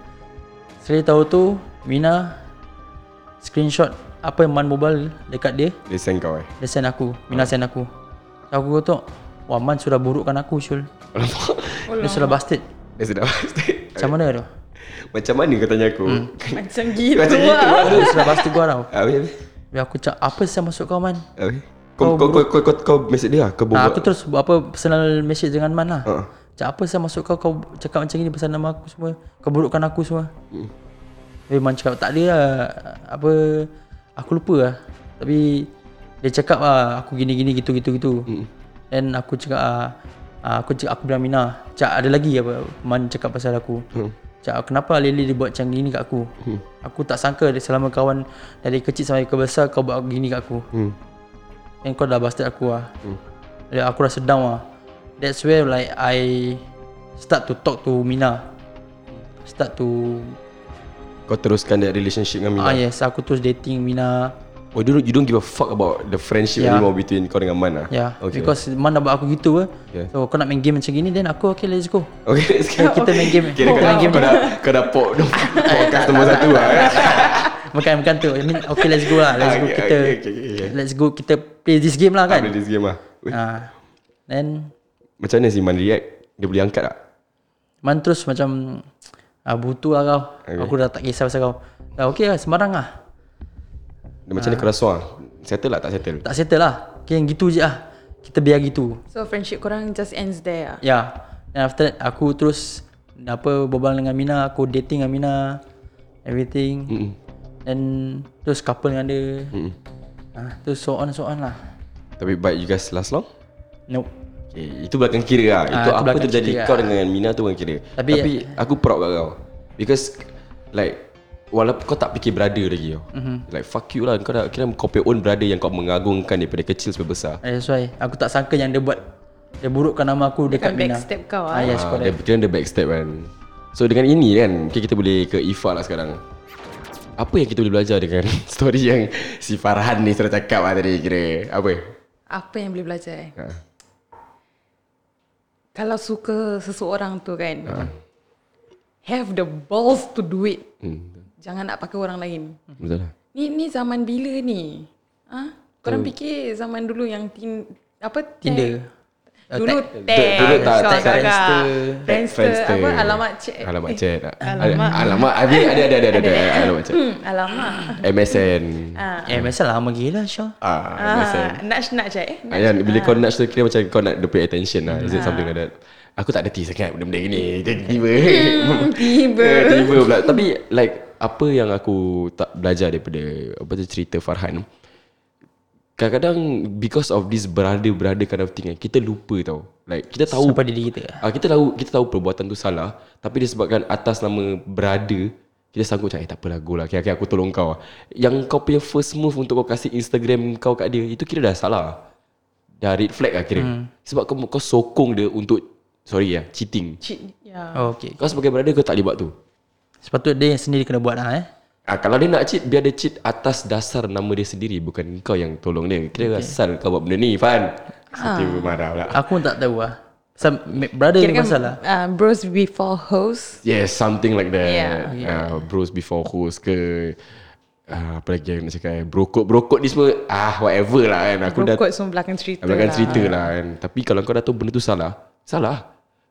Speaker 2: Sekali tahu tu Mina screenshot apa yang Man berbual dekat dia
Speaker 1: Dia send kau eh.
Speaker 2: dia send aku. Mina send aku. Aku gotok. Wah Man sudah burukkan aku Syul.
Speaker 1: Alamak.
Speaker 2: Dia sudah bastard.
Speaker 1: Dia sedap pasti.
Speaker 2: Macam mana tu?
Speaker 1: Macam mana kau tanya aku? Hmm.
Speaker 4: Macam gitu
Speaker 1: Macam gitu
Speaker 4: lah.
Speaker 1: lah.
Speaker 2: Dia sudah bastard gua tau.
Speaker 1: Ah, Habis, habis.
Speaker 2: Habis aku cakap apa saya masuk kau man
Speaker 1: Habis. Eh, Kau, kau, kau, kau, kau, kau message dia lah? Kau
Speaker 2: nah,
Speaker 1: berbual?
Speaker 2: Aku terus buat apa personal message dengan man lah
Speaker 1: Ha.
Speaker 2: Cakap apa saya masuk kau Kau cakap macam ni pasal nama aku semua Kau burukkan aku semua Habis man cakap tak ada lah Apa Aku lupa lah Tapi Dia cakap lah Aku gini gini gitu gitu gitu Then aku cakap ah, ah, Aku cakap aku bilang Mina Cak ada lagi apa Man cakap pasal aku Cak kenapa Lily dia buat macam gini kat aku Aku tak sangka dia selama kawan Dari kecil sampai ke besar Kau buat gini kat aku
Speaker 1: Hmm.
Speaker 2: And kau dah bastard aku lah hmm. Aku rasa down lah That's where like I Start to talk to Mina Start to
Speaker 1: Kau teruskan that relationship dengan Mina?
Speaker 2: Ah yes aku terus dating Mina
Speaker 1: Oh, you don't, you don't give a fuck about the friendship
Speaker 2: Yeah.
Speaker 1: anymore between kau dengan Man lah?
Speaker 2: Ya yeah.
Speaker 1: Okay.
Speaker 2: Because Mana buat aku gitu eh.
Speaker 1: Yeah.
Speaker 2: So kau nak main game macam gini Then aku okay let's go
Speaker 1: Okay, let's go.
Speaker 2: Kita main game
Speaker 1: Kira kau,
Speaker 2: Kita main game
Speaker 1: kau dah, kau dah pop tu podcast nombor satu lah. eh.
Speaker 2: Bukan bukan tu I mean okay let's go lah Let's go
Speaker 1: Okay,
Speaker 2: kita
Speaker 1: okay, okay, okay.
Speaker 2: Let's go kita play this game lah
Speaker 1: Kan? Boleh
Speaker 2: kan
Speaker 1: this game lah. Weh,
Speaker 2: Ah, Then
Speaker 1: Macam mana si Man react? Dia boleh angkat tak?
Speaker 2: Man terus macam ah, Butuh lah kau
Speaker 1: Okay.
Speaker 2: Aku dah tak kisah pasal kau Dah okay lah sembarang lah
Speaker 1: Dia macam mana kau rasuah? Settle lah tak settle?
Speaker 2: Ah. tak settle lah Okay yang gitu je lah Kita biar gitu
Speaker 4: So friendship korang just ends there lah.
Speaker 2: Ya yeah. And after that aku terus Apa berbual dengan Mina Aku dating dengan Mina Everything
Speaker 1: Mm-mm.
Speaker 2: And Terus couple dengan dia mm. ha, Terus so on so on lah
Speaker 1: Tapi but you guys last long?
Speaker 2: Nope
Speaker 1: Okay, itu belakang kira lah. Itu
Speaker 2: Ah, itu
Speaker 1: apa
Speaker 2: belakang
Speaker 1: terjadi
Speaker 2: kira
Speaker 1: kau
Speaker 2: lah.
Speaker 1: dengan Mina tu belakang kira. Tapi,
Speaker 2: Tapi-
Speaker 1: Tapi aku proud kat kau. Because like walaupun kau tak fikir brother lagi tau. Mm-hmm. Like fuck you lah kau dah kira kau punya own brother yang kau mengagungkan daripada kecil sampai besar.
Speaker 2: Ah, That's why Aku tak sangka yang dia buat Dia burukkan nama aku
Speaker 4: Kan
Speaker 2: dekat Mina
Speaker 4: backstep kau
Speaker 2: Ah,
Speaker 4: lah.
Speaker 2: yes,
Speaker 1: Ah, dia
Speaker 2: correct.
Speaker 1: kira dia backstep kan. So dengan ini kan, okay, kita boleh ke Ifa lah sekarang. Apa yang kita boleh belajar dengan story yang si Farhan ni sudah cakap lah tadi kira. Apa?
Speaker 4: Apa yang boleh belajar eh?
Speaker 1: Ha.
Speaker 4: Kalau suka seseorang tu kan.
Speaker 1: Ha.
Speaker 4: Have the balls to do it.
Speaker 1: Hmm,
Speaker 4: Jangan nak pakai orang lain.
Speaker 1: betul lah.
Speaker 4: Ni ni zaman bila ni? Ha?
Speaker 1: Oh.
Speaker 4: Korang fikir zaman dulu yang tin, apa tag?
Speaker 2: Tinder
Speaker 4: Dulu tag.
Speaker 1: Ah, Dulu tak
Speaker 4: Syok
Speaker 1: tak- tak-
Speaker 4: agak.
Speaker 2: Friendster.
Speaker 4: Friendster. Apa alamat chat.
Speaker 1: Alamat
Speaker 4: Eh,
Speaker 1: chat. tak?
Speaker 4: alamat.
Speaker 1: Ada- Alamat. Ada ada ada ada ada alamat chat.
Speaker 4: Hmm, alamat.
Speaker 1: MSN.
Speaker 4: Ah.
Speaker 2: Eh masa lama gila Syah
Speaker 1: Ah, MSN.
Speaker 4: Ah, nudge nudge eh. Eh,
Speaker 1: Ayan, bila kau nudge tu kira macam kau nak dia punya attention lah.
Speaker 4: Ah.
Speaker 1: Is it something like that? Aku tak ada tea sangat benda-benda gini. Tiba-tiba.
Speaker 4: Hmm, Tiba.
Speaker 1: Eh, Tiba pula. Tapi like apa yang aku tak belajar daripada apa tu cerita Farhan. Kadang-kadang because of this brother-brother kind of thing kan, kita lupa tau. Like kita tahu
Speaker 2: Sampai diri kita
Speaker 1: Ah kita tahu kita tahu perbuatan tu salah tapi disebabkan atas nama brother kita sanggup cakap eh tak apalah go lah okay, okay, aku tolong kau lah. yang kau punya first move untuk kau kasih Instagram kau kat dia itu kira dah salah dah red flag lah kira hmm. sebab kau kau sokong dia untuk sorry ya cheating
Speaker 4: Cheat. Ya.
Speaker 2: Oh okay
Speaker 1: kau sebagai brother kau tak boleh buat tu
Speaker 2: Sepatutnya dia yang sendiri kena buat lah eh
Speaker 1: ah, kalau dia nak cheat biar dia cheat atas dasar nama dia sendiri bukan kau yang tolong dia kira okay. asal kau buat benda ni Fan Tiba-tiba marah pula
Speaker 2: Aku pun tak tahu lah Pasal brother ni masalah
Speaker 4: uh, bros before hoes.
Speaker 1: Yes, something like that.
Speaker 4: Yeah.
Speaker 1: Uh, bros before hoes ke uh, apa lagi yang nak cakap eh? Brokot-brokot ni semua ah whatever lah kan. Aku
Speaker 4: Aku
Speaker 1: dah
Speaker 4: Rokok semua belakang cerita
Speaker 1: belakang
Speaker 4: lah.
Speaker 1: cerita lah kan. Tapi kalau kau dah tahu benda tu salah, salah.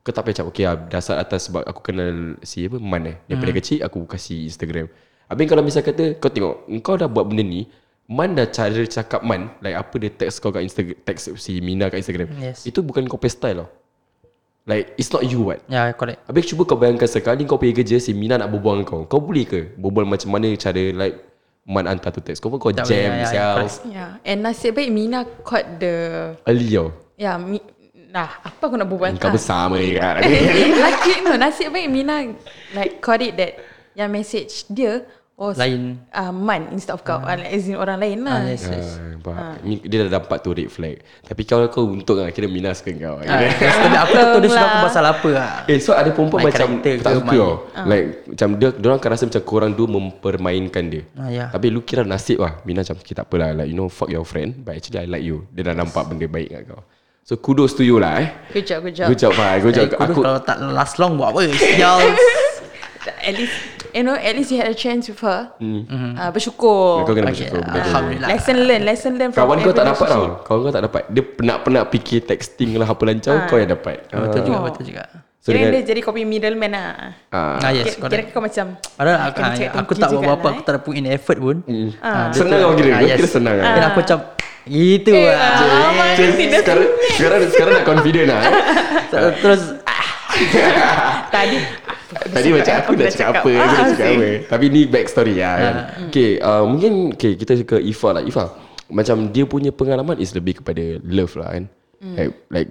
Speaker 1: Kau tak payah cakap Okay lah, dasar atas sebab aku kenal Si apa Man eh Daripada hmm. kecil aku kasih Instagram Habis kalau misal kata Kau tengok Kau dah buat benda ni Man dah cara cakap Man Like apa dia text kau kat Instagram Text si Mina kat Instagram
Speaker 2: Yes.
Speaker 1: Itu bukan kau punya style tau Like it's not you what
Speaker 2: Ya yeah, correct
Speaker 1: Habis cuba kau bayangkan sekali kau pergi kerja Si Mina nak berbual dengan kau Kau boleh ke Berbual macam mana cara like Man hantar tu teks Kau pun kau
Speaker 2: Tak
Speaker 1: tak
Speaker 2: boleh,
Speaker 1: jam
Speaker 2: ya, ya,
Speaker 1: yeah,
Speaker 2: ya,
Speaker 1: yeah,
Speaker 2: correct.
Speaker 4: Yeah. And nasib baik Mina caught the
Speaker 1: Early tau
Speaker 4: Ya, mi, nah, apa aku nak berbual
Speaker 1: Kau
Speaker 4: tak?
Speaker 1: bersama je kan
Speaker 4: Lagi no, nasib baik Mina like caught it that yang message dia was
Speaker 2: Lain.
Speaker 4: uh, man instead of
Speaker 1: Ah.
Speaker 4: kau uh, like, as in orang lain
Speaker 2: Ah,
Speaker 4: lah.
Speaker 2: yes, yes.
Speaker 1: ha. Dia dah dapat tu red flag Tapi kalau kau untung lah Kira Mina suka kau
Speaker 2: Ah, tapi Aku tak tahu dia suka aku
Speaker 4: Lah.
Speaker 2: pasal apa lah
Speaker 1: Eh so ada perempuan
Speaker 2: My
Speaker 1: macam
Speaker 2: character
Speaker 1: Tak
Speaker 2: ke, Ah.
Speaker 1: suka
Speaker 2: my-
Speaker 1: tau Like macam dia Diorang akan rasa macam Korang dua mempermainkan dia
Speaker 2: Ah, ya.
Speaker 1: Tapi lu kira nasib lah Mina macam okay, tak apalah Like you know fuck your friend But actually I like you Dia dah nampak benda baik kat kau So kudos to you lah eh
Speaker 4: Good job, good job.
Speaker 1: Good job Fahad Good
Speaker 2: Eh,
Speaker 1: job Aku
Speaker 2: aku kalau tak last long buat apa Sial
Speaker 4: At least you know, at least you had a chance with her.
Speaker 2: Mm-hmm.
Speaker 4: Mm. Uh, bersyukur.
Speaker 1: Hmm. Kau kena
Speaker 2: Okay,
Speaker 1: bersyukur betul.
Speaker 2: Alhamdulillah
Speaker 4: Lesson learned, lesson learned
Speaker 1: Oh,
Speaker 4: from
Speaker 1: Ah. Kawan kau tak
Speaker 4: every
Speaker 1: dapat
Speaker 4: relationship.
Speaker 1: tau Kawan kau tak dapat Dia penat-penat fikir texting lah Apa lancau Kau yang dapat
Speaker 2: Ah, Betul juga
Speaker 4: Oh.
Speaker 2: Betul juga
Speaker 1: So
Speaker 4: Kira dia
Speaker 1: dengan
Speaker 4: jadi kopi middleman lah.
Speaker 1: ah,
Speaker 2: Ah yes
Speaker 4: Kira- Kira
Speaker 2: correct
Speaker 4: kau macam
Speaker 2: Padahal aku,
Speaker 4: kena
Speaker 2: ah,
Speaker 4: cari
Speaker 2: aku
Speaker 4: tongki
Speaker 2: tak buat
Speaker 4: juga
Speaker 2: apa-apa
Speaker 4: lah,
Speaker 2: Aku
Speaker 4: eh.
Speaker 2: tak ada put in effort pun
Speaker 1: ah, Senang kau kira
Speaker 2: Ah,
Speaker 1: Kau kira
Speaker 2: yes.
Speaker 1: senang kan
Speaker 2: Then aku macam Gitu
Speaker 4: Eh, ah,
Speaker 2: lah
Speaker 1: Macam sekarang, sekarang sekarang nak confident lah eh.
Speaker 2: Terus
Speaker 4: Tadi
Speaker 1: Tadi macam aku dah cakap Ah, apa Aku dah cakap apa Tapi ni back story lah kan Okay uh, Mungkin okay, Kita ke Ifa lah Ifa Macam dia punya pengalaman Is lebih kepada Love lah kan Like, like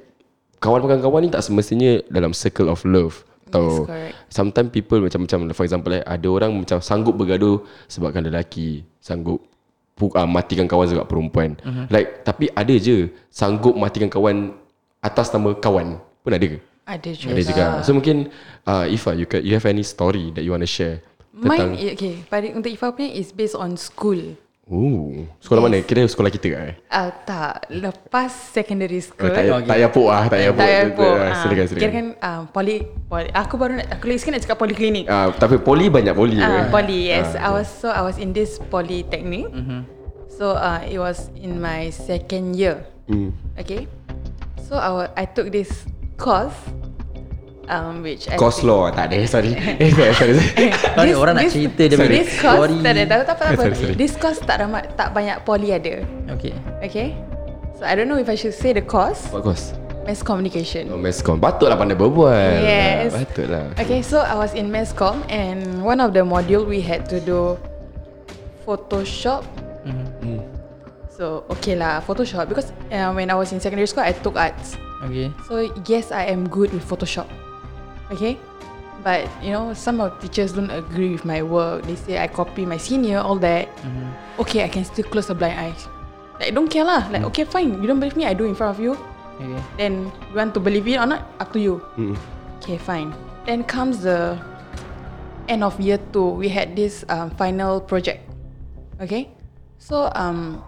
Speaker 1: Kawan-kawan ni tak semestinya Dalam circle of love Atau
Speaker 4: correct.
Speaker 1: Sometimes people macam macam For example like, Ada orang macam Sanggup bergaduh Sebabkan lelaki Sanggup pu- uh, Matikan kawan sebab perempuan Like Tapi ada je Sanggup matikan kawan Atas nama kawan Pun ada ke?
Speaker 4: Ada juga.
Speaker 1: Ada juga. So mungkin uh, Ifa you can, you have any story that you want to share
Speaker 4: Mine,
Speaker 1: tentang
Speaker 4: i- okay. Pada, untuk Ifah punya is based on school.
Speaker 1: Oh, sekolah mana? Kira sekolah kita kan? Eh?
Speaker 4: Ah uh, tak, lepas
Speaker 1: Oh,
Speaker 4: secondary school.
Speaker 1: tak, payah- tak payah pok lah, tak payah pok.
Speaker 4: tak payah pun.
Speaker 1: Ah,
Speaker 4: Ah,
Speaker 1: Silakan,
Speaker 4: Kira
Speaker 1: silakan.
Speaker 4: kan um, poli, poli, aku baru nak, aku lagi sikit nak cakap poliklinik.
Speaker 1: Ah, tapi poli banyak poli. eh.
Speaker 4: Ah, poly, yes.
Speaker 1: Ah, Mm-hmm.
Speaker 4: I was so I was in this polytechnic. So uh, it was in my second year.
Speaker 1: Mm.
Speaker 4: Okay. So I wa- I took this course um which I
Speaker 1: Cost
Speaker 4: think-
Speaker 1: law tak ada, sorry. Eh, sorry, sorry. sorry.
Speaker 2: Kau ni orang nak cerita dia punya
Speaker 4: This course
Speaker 2: story.
Speaker 4: tak ada tahu tak apa, apa.
Speaker 1: Sorry, sorry.
Speaker 4: This course tak ramai tak banyak poly ada.
Speaker 2: Okay
Speaker 4: Okay. So I don't know if I should say the course
Speaker 1: What cost?
Speaker 4: mass communication.
Speaker 1: Oh, mass comm. Patutlah pandai berbual.
Speaker 4: Yes.
Speaker 1: Ah, Patutlah.
Speaker 4: Okay, so I was in mass comm and one of the module we had to do Photoshop.
Speaker 2: Mm-hmm.
Speaker 4: So okay lah, Photoshop because uh, when I was in secondary school I took arts.
Speaker 2: Okay
Speaker 4: So yes, I am good with Photoshop. Okay, but you know some of teachers don't agree with my work. They say I copy my senior, all that. Okay, I can still close a blind eye. Like don't care lah. Like okay, fine. You don't believe me, I do in front of you.
Speaker 2: Okay
Speaker 4: Then you want to believe it or not, up to you.
Speaker 1: Mm.
Speaker 4: Okay, fine. Then comes the end of year two. We had this um, final project. Okay, so um,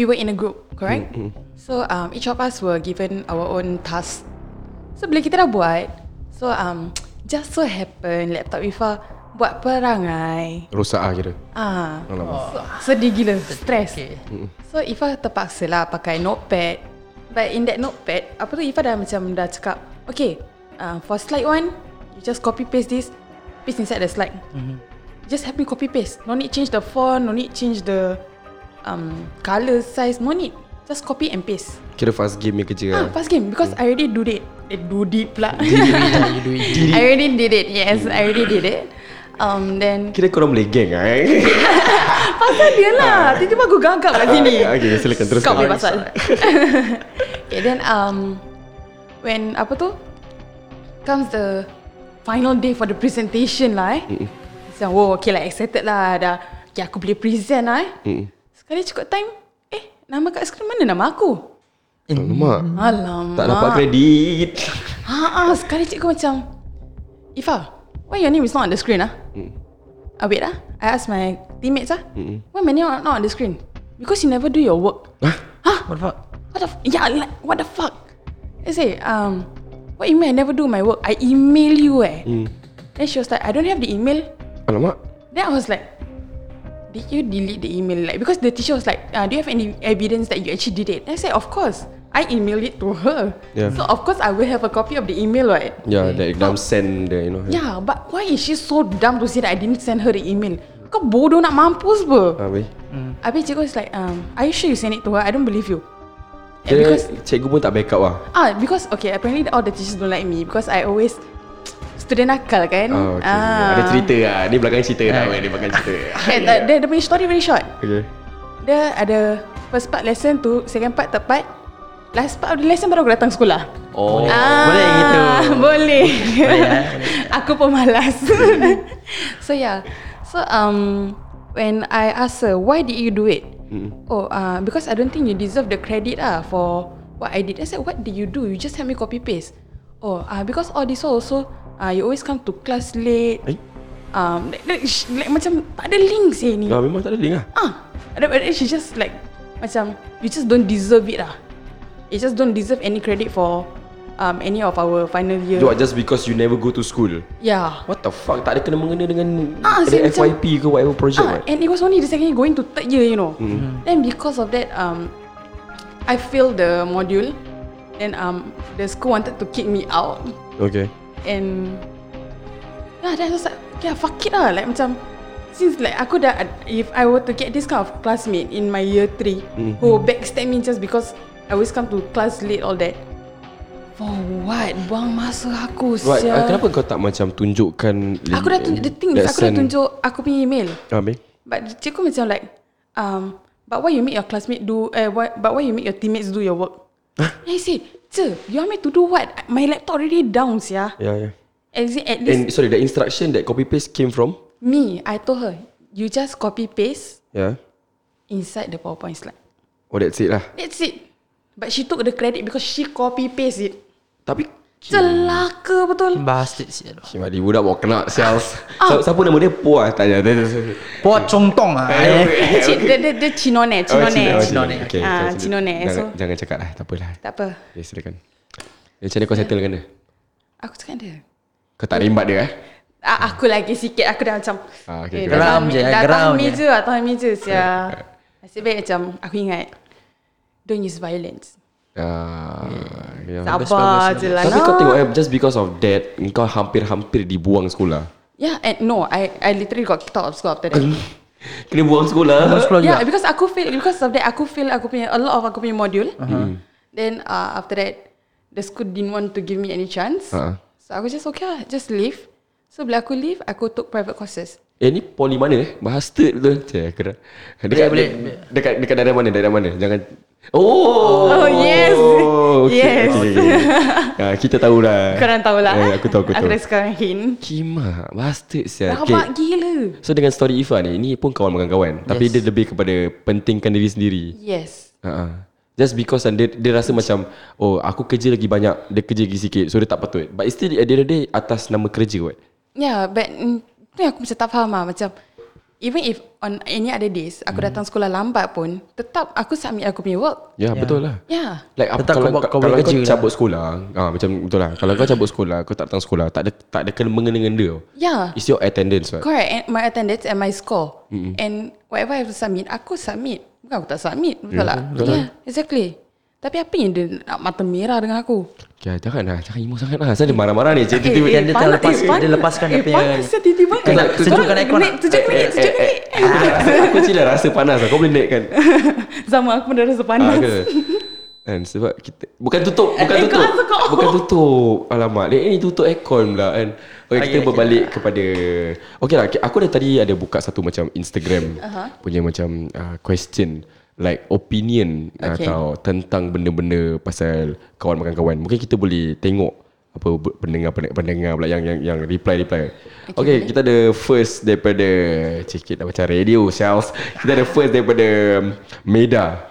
Speaker 4: we were in a group, correct? So um, each of us were given our own task. So bila kita dah buat, so um, just so happen laptop Ifa buat perangai.
Speaker 1: Rosak ah kira.
Speaker 4: Ah,
Speaker 1: Alamak.
Speaker 4: so, sedih gila, stress.
Speaker 2: Okay
Speaker 4: So Ifah terpaksa lah pakai notepad But in that notepad Apa tu Ifah dah macam dah cakap Okay uh, For slide one You just copy paste this Paste inside the slide mm-hmm. Just help me copy paste No need change the font No need change the um, Colour size No need Just copy and paste
Speaker 1: Kira fast game ni kerja
Speaker 4: yeah.
Speaker 1: lah.
Speaker 4: Ah, fast game Because I already do it Eh, Do it pula
Speaker 2: You do it
Speaker 4: I already did it Yes I already did it Um, then
Speaker 1: Kira korang boleh geng lah eh.
Speaker 4: Pasal dia lah Tiba-tiba aku gagap kat sini
Speaker 1: Ah. Okay, silakan, teruskan.
Speaker 4: Kau boleh pasal Okay then um, When apa tu Comes the Final day for the presentation lah eh Macam wow okay lah excited lah Dah Okay aku boleh present lah eh Sekali cukup time Eh nama kat skrin mana nama aku
Speaker 1: Alamak.
Speaker 4: Alamak
Speaker 1: Tak dapat kredit.
Speaker 4: Ha ah, sekali cikgu macam Ifa, why your name is not on the screen ah? Mm. Ah wait ah, I ask my teammates ah. Mm. Why my name not not on the screen? Because you never do your work. Huh? Huh?
Speaker 2: What the fuck
Speaker 4: What the f- yeah, like, what the fuck? I say, um, what you mean I never do my work? I email you eh. Mm. Then she was like, I don't have the email.
Speaker 1: Alamak.
Speaker 4: Then I was like, did you delete the email? Like because the teacher was like, uh, do you have any evidence that you actually did it? Then I said, of course. I emailed it to her.
Speaker 1: Yeah.
Speaker 4: So of course I will have a copy of the email, right?
Speaker 1: Yeah, that Ya, exam send the, you know.
Speaker 4: Yeah, Ya, but why is she so dumb to say that I didn't send her the email? Kau bodoh nak mampus
Speaker 1: Ah,
Speaker 4: ber.
Speaker 1: weh.
Speaker 4: Habis cikgu is like, um, are you sure you send it to her? I don't believe you.
Speaker 1: Kira
Speaker 4: And Eh, because
Speaker 1: cikgu pun tak backup lah.
Speaker 4: Ah, because okay, apparently all the teachers don't like me because I always student nakal kan.
Speaker 1: Oh, okay. Ada cerita lah. Ni belakang cerita lah. weh. Ni belakang cerita.
Speaker 4: Eh, tak, dia, dia punya story very short.
Speaker 1: Okay.
Speaker 4: Dia ada first part lesson tu, second part, third part. Last part of the lesson baru aku datang sekolah.
Speaker 1: Oh.
Speaker 4: Ah,
Speaker 2: Boleh gitu.
Speaker 4: Boleh.
Speaker 2: eh?
Speaker 4: aku pun malas. so yeah. So um when I asked her why did you do it? Oh, uh, because I don't think you deserve the credit ah for what I did. I said, what did you do? You just help me copy paste. Oh, uh, because all this all also uh, you always come to class late.
Speaker 1: Eh?
Speaker 4: Um, like, like, sh- like, macam tak ada link sih ni.
Speaker 1: Nah, memang tak ada link lah.
Speaker 4: Ah, and then- and then she just like macam you just don't deserve it lah. You just don't deserve any credit for um any of our final year.
Speaker 1: Do what, just because you never go to school.
Speaker 4: Yeah.
Speaker 1: What the fuck? Tak ada kena mengena dengan
Speaker 4: Ah,
Speaker 1: ada
Speaker 4: saya macam-
Speaker 1: FYP ke whatever project
Speaker 4: Ah,
Speaker 1: what?
Speaker 4: and it was only the second year going to third year, you know. Then because of that, um, I failed the module. Then um, the school wanted to kick me out,
Speaker 1: Okay.
Speaker 4: and yeah, then I was like, yeah, fuck it lah. Like macam since like aku dah if I were to get this kind of classmate in my year three
Speaker 1: Mm-hmm.
Speaker 4: who will backstab me just because I always come to class late all that. For what? Buang masa aku.
Speaker 1: Right,
Speaker 4: sia.
Speaker 1: uh, kenapa kau tak macam tunjukkan
Speaker 4: Aku dah tunjuk, the thing is aku dah tunjuk aku punya email.
Speaker 1: Amin.
Speaker 4: But the cikgu macam like um, But why you make your classmate do eh, why, But why you make your teammates do your work And I say Sir, you want me to do what? My laptop already down sia
Speaker 1: Yeah, yeah.
Speaker 4: At least, at least
Speaker 1: Ya, And sorry, the instruction that copy paste came from?
Speaker 4: me, I told her You just copy paste
Speaker 1: Yeah.
Speaker 4: inside the PowerPoint slide
Speaker 1: Ya. Oh, that's it lah.
Speaker 4: That's it But she took the credit because she copy paste it
Speaker 1: Tapi
Speaker 4: Celaka betul
Speaker 2: Bastard sial.
Speaker 1: Cik budak bawa kena sales. Ah. Siapa nama dia? Puah tak ada.
Speaker 2: Puak contong ah. Eh.
Speaker 4: Cik, dia, dia, dia
Speaker 1: Oh,
Speaker 4: cinone Cinone
Speaker 1: Cina, oh, Cina.
Speaker 2: Cinone.
Speaker 1: Okay,
Speaker 4: Ah,
Speaker 1: sorry, sorry.
Speaker 4: Cinone.
Speaker 1: Jangan,
Speaker 4: So-
Speaker 1: jangan cakap lah. Tak apalah.
Speaker 4: Tak apa
Speaker 1: Okay, silakan. Eh, Macam mana kau settle dengan dia?
Speaker 4: Aku cakap dia
Speaker 1: Kau tak rembat dia eh?
Speaker 4: Ah, aku lagi sikit Aku dah macam
Speaker 1: Ah, okay,
Speaker 4: eh,
Speaker 1: geram
Speaker 4: dah tahan
Speaker 2: je,
Speaker 4: me- Dah
Speaker 2: geram
Speaker 4: tahan
Speaker 2: je.
Speaker 4: meja lah Tahan meja sia Nasib baik macam Aku ingat Don't use violence
Speaker 1: Ah, yeah.
Speaker 4: Sabar je lah
Speaker 1: Tapi
Speaker 4: nak.
Speaker 1: kau tengok eh, just because of that, kau hampir-hampir dibuang sekolah.
Speaker 4: Yeah and no I I literally got kicked out of school after that
Speaker 1: Kena buang sekolah.
Speaker 2: Sekolah juga.
Speaker 4: Yeah because aku fail Because of that aku fail Aku punya A lot of aku punya module
Speaker 1: Mm-hmm.
Speaker 4: Then uh, after that The school didn't want to give me any chance
Speaker 1: Ha.
Speaker 4: So aku just okay lah Just leave So bila aku leave Aku took private courses
Speaker 1: Eh ni poli mana eh? Bastard betul. Cik, aku dah. Dekat,
Speaker 2: boleh.
Speaker 1: dekat, dekat daerah mana? Daerah mana? Jangan. Oh,
Speaker 4: Oh, yes.
Speaker 1: okay,
Speaker 4: Yes.
Speaker 1: Okay, okay, okay. Ah, kita tahulah.
Speaker 4: Korang tahulah
Speaker 1: Eh,
Speaker 4: eh,
Speaker 1: aku tahu, Eh, aku tahu.
Speaker 4: Aku dah sekarang hint
Speaker 1: Kima, bastard sial.
Speaker 4: Rabak gila
Speaker 1: So dengan story Ifa ni, ni pun kawan dengan kawan. Yes. Tapi
Speaker 2: Yes.
Speaker 1: dia lebih kepada pentingkan diri sendiri.
Speaker 4: Yes
Speaker 1: Uh-huh. Just because dia, dia rasa macam Oh aku kerja lagi banyak Dia kerja lagi sikit So dia tak patut But it's still at the end of the day Atas nama kerja kot
Speaker 4: Yeah, but mm, tu yang aku macam tak faham lah. Macam, even if on any other days,
Speaker 1: Mm.
Speaker 4: aku hmm. datang sekolah lambat pun, tetap aku submit aku punya work.
Speaker 1: Ya yeah, betul lah
Speaker 4: Yeah.
Speaker 1: Like apa,
Speaker 2: Tetap
Speaker 1: kalau
Speaker 2: kau buat-
Speaker 1: kau,
Speaker 2: kau
Speaker 1: kalau
Speaker 2: boleh
Speaker 1: kau
Speaker 2: kerja lah.
Speaker 1: cabut sekolah ah, Macam betul lah Kalau kau cabut sekolah Kau tak datang sekolah Tak ada tak ada kena mengena dengan dia
Speaker 4: Yeah.
Speaker 1: It's your attendance right?
Speaker 4: Correct. And my attendance and my score. Mm-hmm. And whatever I have to submit, aku submit. Bukan aku tak submit. Betul tak?
Speaker 1: betul lah.
Speaker 4: Yeah, exactly. Tapi apa yang dia nak mata merah dengan aku?
Speaker 1: Ya, jangan lah Jangan emo sangat lah Saya ada marah-marah
Speaker 2: Eh,
Speaker 1: ni Cik tiba-tiba kan.
Speaker 2: yang dia
Speaker 4: panas,
Speaker 2: terlepas-
Speaker 4: eh, panas.
Speaker 2: dia lepaskan dia
Speaker 4: eh,
Speaker 2: punya-
Speaker 4: panas dia tiba-tiba.
Speaker 2: Kau nak sejukkan aircon lah.
Speaker 4: Naik,
Speaker 2: tak?
Speaker 4: Sejuk minit,
Speaker 1: Eh,
Speaker 4: sejuk
Speaker 1: eh, eh,
Speaker 4: minit.
Speaker 1: aku dah rasa- Aku cik dah rasa panas lah Kau boleh naikkan
Speaker 4: Zaman aku pun dah rasa
Speaker 1: Ah,
Speaker 4: panas.
Speaker 1: ke? Kan sebab kita bukan tutup, bukan
Speaker 4: Aircon
Speaker 1: tutup.
Speaker 4: tu kau.
Speaker 1: Bukan tutup. Alamak, dia ni tutup aircon pula kan. Okay, kita
Speaker 2: Okey,
Speaker 1: berbalik kepada Okay lah, aku dah tadi ada buka satu macam Instagram punya macam uh, question like opinion okay.
Speaker 4: Okay.
Speaker 1: atau tentang benda-benda pasal kawan makan kawan. Mungkin kita boleh tengok apa b- pendengar-pendengar pula yang yang yang reply reply. Okay, okay kita ada first daripada cikit dah macam radio sales. Kita ada first daripada um, Meda.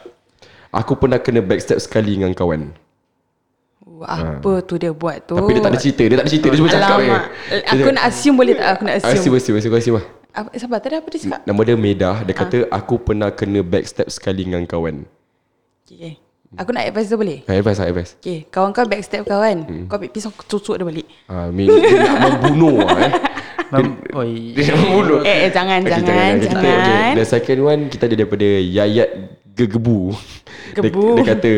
Speaker 1: Aku pernah kena backstab sekali dengan kawan.
Speaker 4: Apa tu dia buat tu?
Speaker 1: Ah. Tapi dia tak ada cerita, dia tak ada cerita, dia cuma cakap eh. je.
Speaker 4: Oh.
Speaker 1: Ah,
Speaker 4: Alamak. Aku nak assume boleh tak? Aku nak
Speaker 1: Asyum,
Speaker 4: assume.
Speaker 1: asyum, asyum, asyum lah.
Speaker 4: Apa, sabar, tadi apa dia cakap?
Speaker 1: Nama dia Meda,
Speaker 4: Ah.
Speaker 1: dia kata aku pernah kena backstab sekali dengan kawan.
Speaker 4: Okay, okay. Aku nak advice dia boleh?
Speaker 1: Ha, advice lah, advice.
Speaker 4: Okay, kawan kau backstab kau kan?
Speaker 1: Mm.
Speaker 4: Kau ambil pisau kau cucuk dia balik.
Speaker 1: Ha, I mean, dia nak membunuh lah eh.
Speaker 2: Mem- Oi.
Speaker 1: Dia nak membunuh.
Speaker 4: Eh, eh jangan,
Speaker 1: Okay,
Speaker 4: jangan, jangan.
Speaker 1: Kita, okay. The second one kita ada daripada Yayat gegebu.
Speaker 4: Gebu.
Speaker 1: Dia, dia kata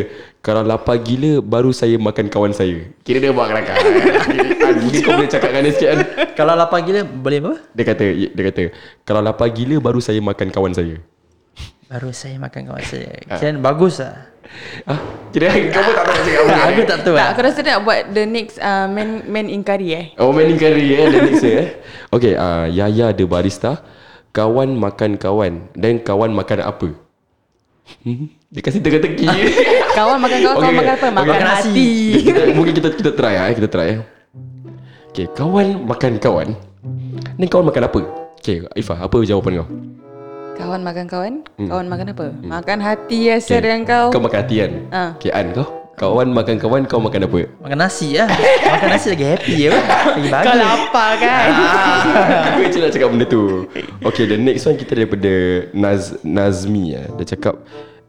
Speaker 1: kalau lapar gila baru saya makan kawan saya. Kira dia buat kelakar. Ah, Mungkin kau boleh cakap dengan dia sikit kan.
Speaker 2: Kalau lapar gila boleh apa?
Speaker 1: Dia kata dia kata kalau lapar gila baru saya makan kawan saya.
Speaker 2: Baru saya makan kawan saya. Kira bagus lah.
Speaker 1: Ah, kira kamu tak tahu nak cakap apa. kan?
Speaker 2: Aku tak tahu
Speaker 4: Tak,
Speaker 2: lah.
Speaker 4: aku rasa nak buat the next uh, man, man in curry eh.
Speaker 1: Oh Manning Curry eh Dan Nixon eh Okay uh, Yaya the barista Kawan makan kawan Dan kawan makan apa Hmm, Dia kasi teka-teki
Speaker 4: Kawan makan kawan, kawan
Speaker 1: Okay,
Speaker 4: makan apa?
Speaker 1: okay.
Speaker 4: Makan
Speaker 1: Makan
Speaker 2: nasi.
Speaker 4: hati.
Speaker 1: kita, Mungkin kita kita try eh Kita try eh Okay kawan makan kawan Dan kawan makan apa Okay Ifah apa jawapan kau
Speaker 4: Kawan makan kawan,
Speaker 1: Hmm.
Speaker 4: kawan makan apa? Makan hati ya sir dengan kau.
Speaker 1: Kau makan hati kan
Speaker 4: Ah.
Speaker 1: Okay An kau Kawan makan kawan Kau makan apa
Speaker 2: Makan nasi lah. Makan nasi lagi happy ya. Lagi bagus.
Speaker 4: Kau lapar kan?
Speaker 1: Aku je nak cakap benda tu Okay the next one Kita daripada Naz, Nazmi eh. Dia cakap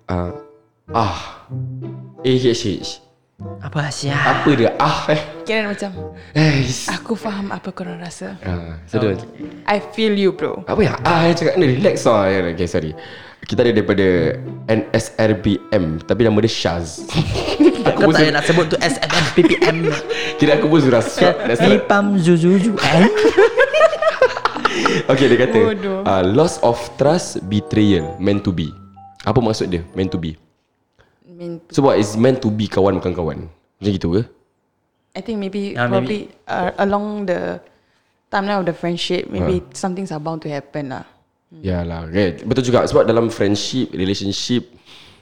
Speaker 1: uh, Ah AHH
Speaker 2: Apa Asia?
Speaker 1: Apa dia ah eh
Speaker 4: Kira macam,
Speaker 1: Nice
Speaker 4: aku faham apa korang rasa.
Speaker 1: ah, so dia,
Speaker 4: I feel you bro.
Speaker 1: Apa ya ah Dia cakap ni relax lah Okay sorry Kita ada daripada NSRBM Tapi nama dia Shaz
Speaker 2: Kau
Speaker 1: Aku pun
Speaker 2: tak payah
Speaker 1: sur-
Speaker 2: nak sebut tu SMM PPM.
Speaker 1: Kira aku pun surah surat Dah surat
Speaker 2: Pipam Zuzuzu. Eh?
Speaker 1: Okay dia kata
Speaker 4: Bodoh.
Speaker 1: uh, Loss of trust Betrayal Meant to be Apa maksud dia Meant to be
Speaker 4: Mean-
Speaker 1: So what is meant to be Kawan bukan kawan Macam gitu ke
Speaker 2: Hmm.
Speaker 4: I think maybe
Speaker 2: Ah,
Speaker 4: probably Uh, along the timeline of the friendship, maybe something's about to happen lah.
Speaker 1: Yalah Ya okay. Betul juga Sebab dalam friendship Relationship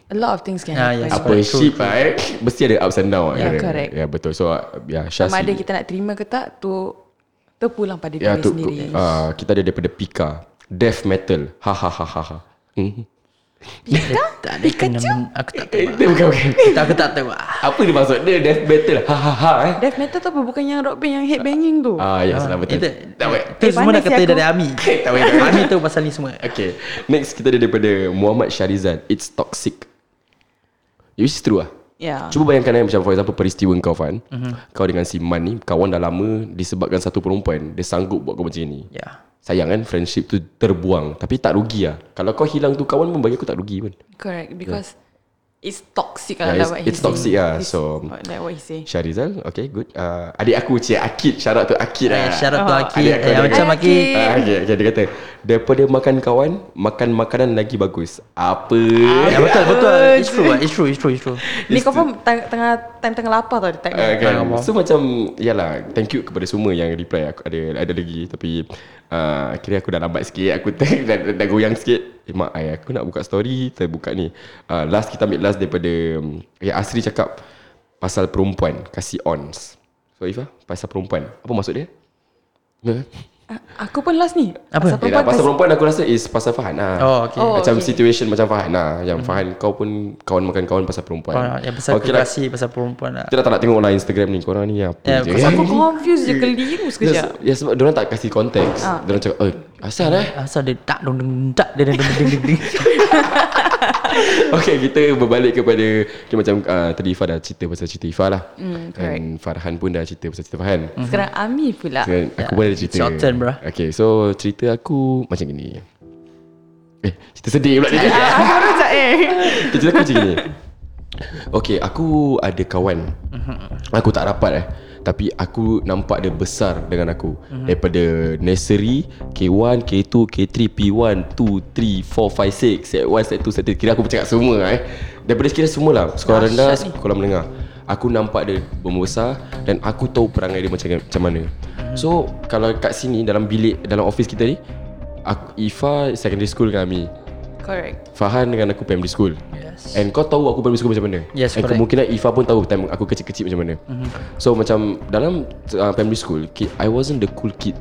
Speaker 4: A lot of things can
Speaker 2: Ah, yes.
Speaker 4: happen.
Speaker 1: Apa
Speaker 2: correct.
Speaker 1: ship lah eh Mesti ada ups and down
Speaker 4: Ya,
Speaker 1: kan?
Speaker 4: correct.
Speaker 1: Ya betul So uh, ya Syasi
Speaker 4: Sama ada kita nak terima ke tak, tu terpulang pada
Speaker 1: ya,
Speaker 4: diri
Speaker 1: tu, tu,
Speaker 4: sendiri.
Speaker 1: uh, Kita ada daripada Pika Death metal Ha ha ha ha ha hmm.
Speaker 2: Tak ada kena Aku tak
Speaker 1: Eh,
Speaker 2: tahu.
Speaker 1: bukan, bukan.
Speaker 2: Tak, Aku tak tahu lah.
Speaker 1: Apa dia maksud dia Death metal Ha ha ha eh
Speaker 4: Death metal tu apa? Bukan yang rock band yang headbanging tu.
Speaker 1: Ah ya salah betul
Speaker 2: Itu,
Speaker 1: Tak baik
Speaker 2: itu
Speaker 4: Eh,
Speaker 2: semua nak
Speaker 4: pandai
Speaker 2: kata
Speaker 4: si aku.
Speaker 2: dari Ami.
Speaker 1: Tak baik tak baik.
Speaker 2: Ami tahu pasal ni semua. Ya.
Speaker 1: Okay Next kita ada daripada Muhammad Syarizan It's toxic Which is true lah
Speaker 4: Ya.
Speaker 1: Cuba bayangkan eh, macam for example peristiwa kau Fan mm-hmm. Kau dengan si Man ni Kawan dah lama Disebabkan satu perempuan Dia sanggup buat kau macam ni
Speaker 2: Ya.
Speaker 1: Sayang kan friendship tu terbuang Tapi tak rugi lah Kalau kau hilang tu kawan pun bagi aku tak rugi pun
Speaker 4: Correct. Because it's toxic
Speaker 1: Yeah, it's-
Speaker 4: lah. like what
Speaker 1: it's
Speaker 4: he say.
Speaker 1: toxic lah,
Speaker 4: It's-
Speaker 1: so-
Speaker 4: Like what he say.
Speaker 1: Syarizal Okay good uh, Adik aku Cik Akid Syarat tu Akid
Speaker 2: Eh,
Speaker 1: lah
Speaker 2: syarat tu
Speaker 4: Ah,
Speaker 2: Aki.
Speaker 1: adik aku,
Speaker 2: Eh,
Speaker 1: adik
Speaker 2: Macam
Speaker 4: aku.
Speaker 2: Aki.
Speaker 4: Aki.
Speaker 1: Ah, okay, okay, dia kata Daripada makan kawan Makan makanan lagi bagus Apa
Speaker 2: Ya betul betul. It's true. lah. It's true. It's true. It's true.
Speaker 4: Ni kau pun tang- tengah time tengah lapar tau dia type
Speaker 1: Ah,
Speaker 4: ni.
Speaker 1: kan?
Speaker 2: Ah,
Speaker 1: So macam Yalah Thank you kepada semua yang reply Aku ada ada lagi Tapi uh, Kira aku dah lambat sikit Aku dah, dah, dah goyang sikit eh, Mak ayah aku nak buka story Terbuka ni uh, Last kita ambil last daripada um, Ya Asri cakap Pasal perempuan Kasih ons So Ifah Pasal perempuan Apa maksud dia? Huh?
Speaker 4: A- Aku pun last ni.
Speaker 1: Perempuan
Speaker 2: Apa?
Speaker 4: Pasal perempuan
Speaker 1: Uh, pasal
Speaker 4: kasi-
Speaker 1: perempuan aku rasa is pasal Fahan lah.
Speaker 2: Oh, okay. Hmm.
Speaker 4: Oh,
Speaker 1: macam
Speaker 4: okay.
Speaker 1: situation macam Fahan lah. Yang Fahan kau pun kawan makan kawan pasal perempuan.
Speaker 2: Oh, yang pasal
Speaker 1: okay, lah.
Speaker 2: kekasih pasal perempuan lah.
Speaker 1: Kita dah tak nak tengok lah Instagram ni Korang ni apa
Speaker 2: Eh,
Speaker 1: je
Speaker 2: pasal
Speaker 4: Aku confused je keliru
Speaker 1: Ya,
Speaker 4: sekejap.
Speaker 1: ya sebab diorang tak kasih konteks ah. Diorang cakap Eh asal eh
Speaker 2: Asal dia tak dong dong tak dia dong dong dong dong.
Speaker 1: Okay kita berbalik kepada okay, Macam uh, tadi Ifah dah cerita pasal cerita Ifah lah mm, Dan Farhan pun dah cerita pasal cerita Farhan
Speaker 2: Hmm.
Speaker 4: Sekarang Ami pula.
Speaker 1: Dan
Speaker 2: Ya,
Speaker 1: aku pun ada cerita
Speaker 2: It's your turn, bro.
Speaker 1: Okay so cerita aku macam gini Eh cerita sedih pula dia
Speaker 4: Aku baru cakap eh.
Speaker 1: Dia cerita aku macam gini Okay aku ada kawan Aku tak rapat eh Tapi aku nampak dia besar dengan aku Daripada nursery K1, K2, K3, P1, 2, 3, 4, 5, 6 Set 1, set 2, set 3 Kira aku bercakap semua eh Daripada kira semua lah Sekolah rendah, sekolah menengah Aku nampak dia membesar Dan aku tahu perangai dia macam, macam mana So kalau kat sini dalam bilik Dalam office kita ni aku, Ifa secondary school dengan Ami
Speaker 4: Correct.
Speaker 1: Fahan dengan aku primary school
Speaker 2: Yes.
Speaker 1: And kau tahu aku primary school macam mana
Speaker 2: Yes,
Speaker 1: And
Speaker 2: correct. Mhm.
Speaker 1: kemungkinan Ifa pun tahu Time aku kecil-kecil macam mana So macam Dalam uh, primary school ki- I wasn't the cool kid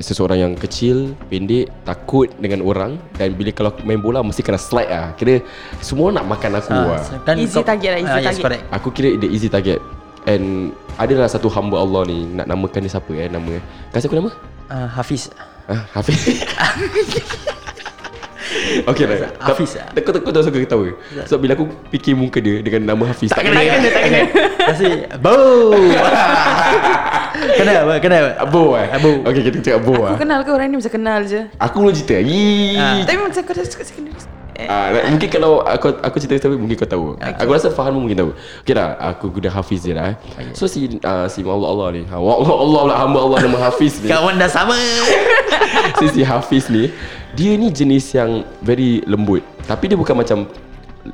Speaker 1: Seseorang yang kecil Pendek Takut dengan orang Dan bila kalau main bola Mesti kena slide lah Kira Semua nak makan aku lah
Speaker 2: Kan
Speaker 4: Easy
Speaker 2: kau-
Speaker 4: target lah, easy
Speaker 2: Ah, Yes
Speaker 4: target.
Speaker 2: correct.
Speaker 1: Aku kira the easy target And Adalah satu hamba Allah ni Nak namakan dia siapa eh Nama eh Kasih aku nama
Speaker 2: Ah, Hafiz.
Speaker 1: Ah, Hafiz Okay lah
Speaker 2: Hafiz lah.
Speaker 1: Kau kau tahu aku ketawa Sebab bila aku fikir muka dia Dengan nama Hafiz Tak, kena,
Speaker 2: kan?
Speaker 4: kena, tak kena.
Speaker 2: Kasi Bo Kena apa Kena apa
Speaker 1: Abu eh
Speaker 2: Abu.
Speaker 1: Okay kita cakap Abu
Speaker 4: Kau
Speaker 1: lah
Speaker 4: kenal ke orang ni macam kenal je.
Speaker 1: Aku belum cerita Yeay
Speaker 2: Ah.
Speaker 4: Tapi macam kau dah cakap secondary school. eh.
Speaker 1: Ah, like, mungkin kalau aku aku cerita tapi mungkin kau tahu.
Speaker 2: Ah,
Speaker 1: Aku rasa faham mungkin tahu. Okay dah, aku dah hafiz dia dah. Eh. So si uh, si Allah Allah ni, ha, Allah Allah lah hamba Allah nama Hafiz ni.
Speaker 2: Kawan dah sama.
Speaker 1: si si Hafiz ni, dia ni jenis yang very lembut. Tapi dia bukan macam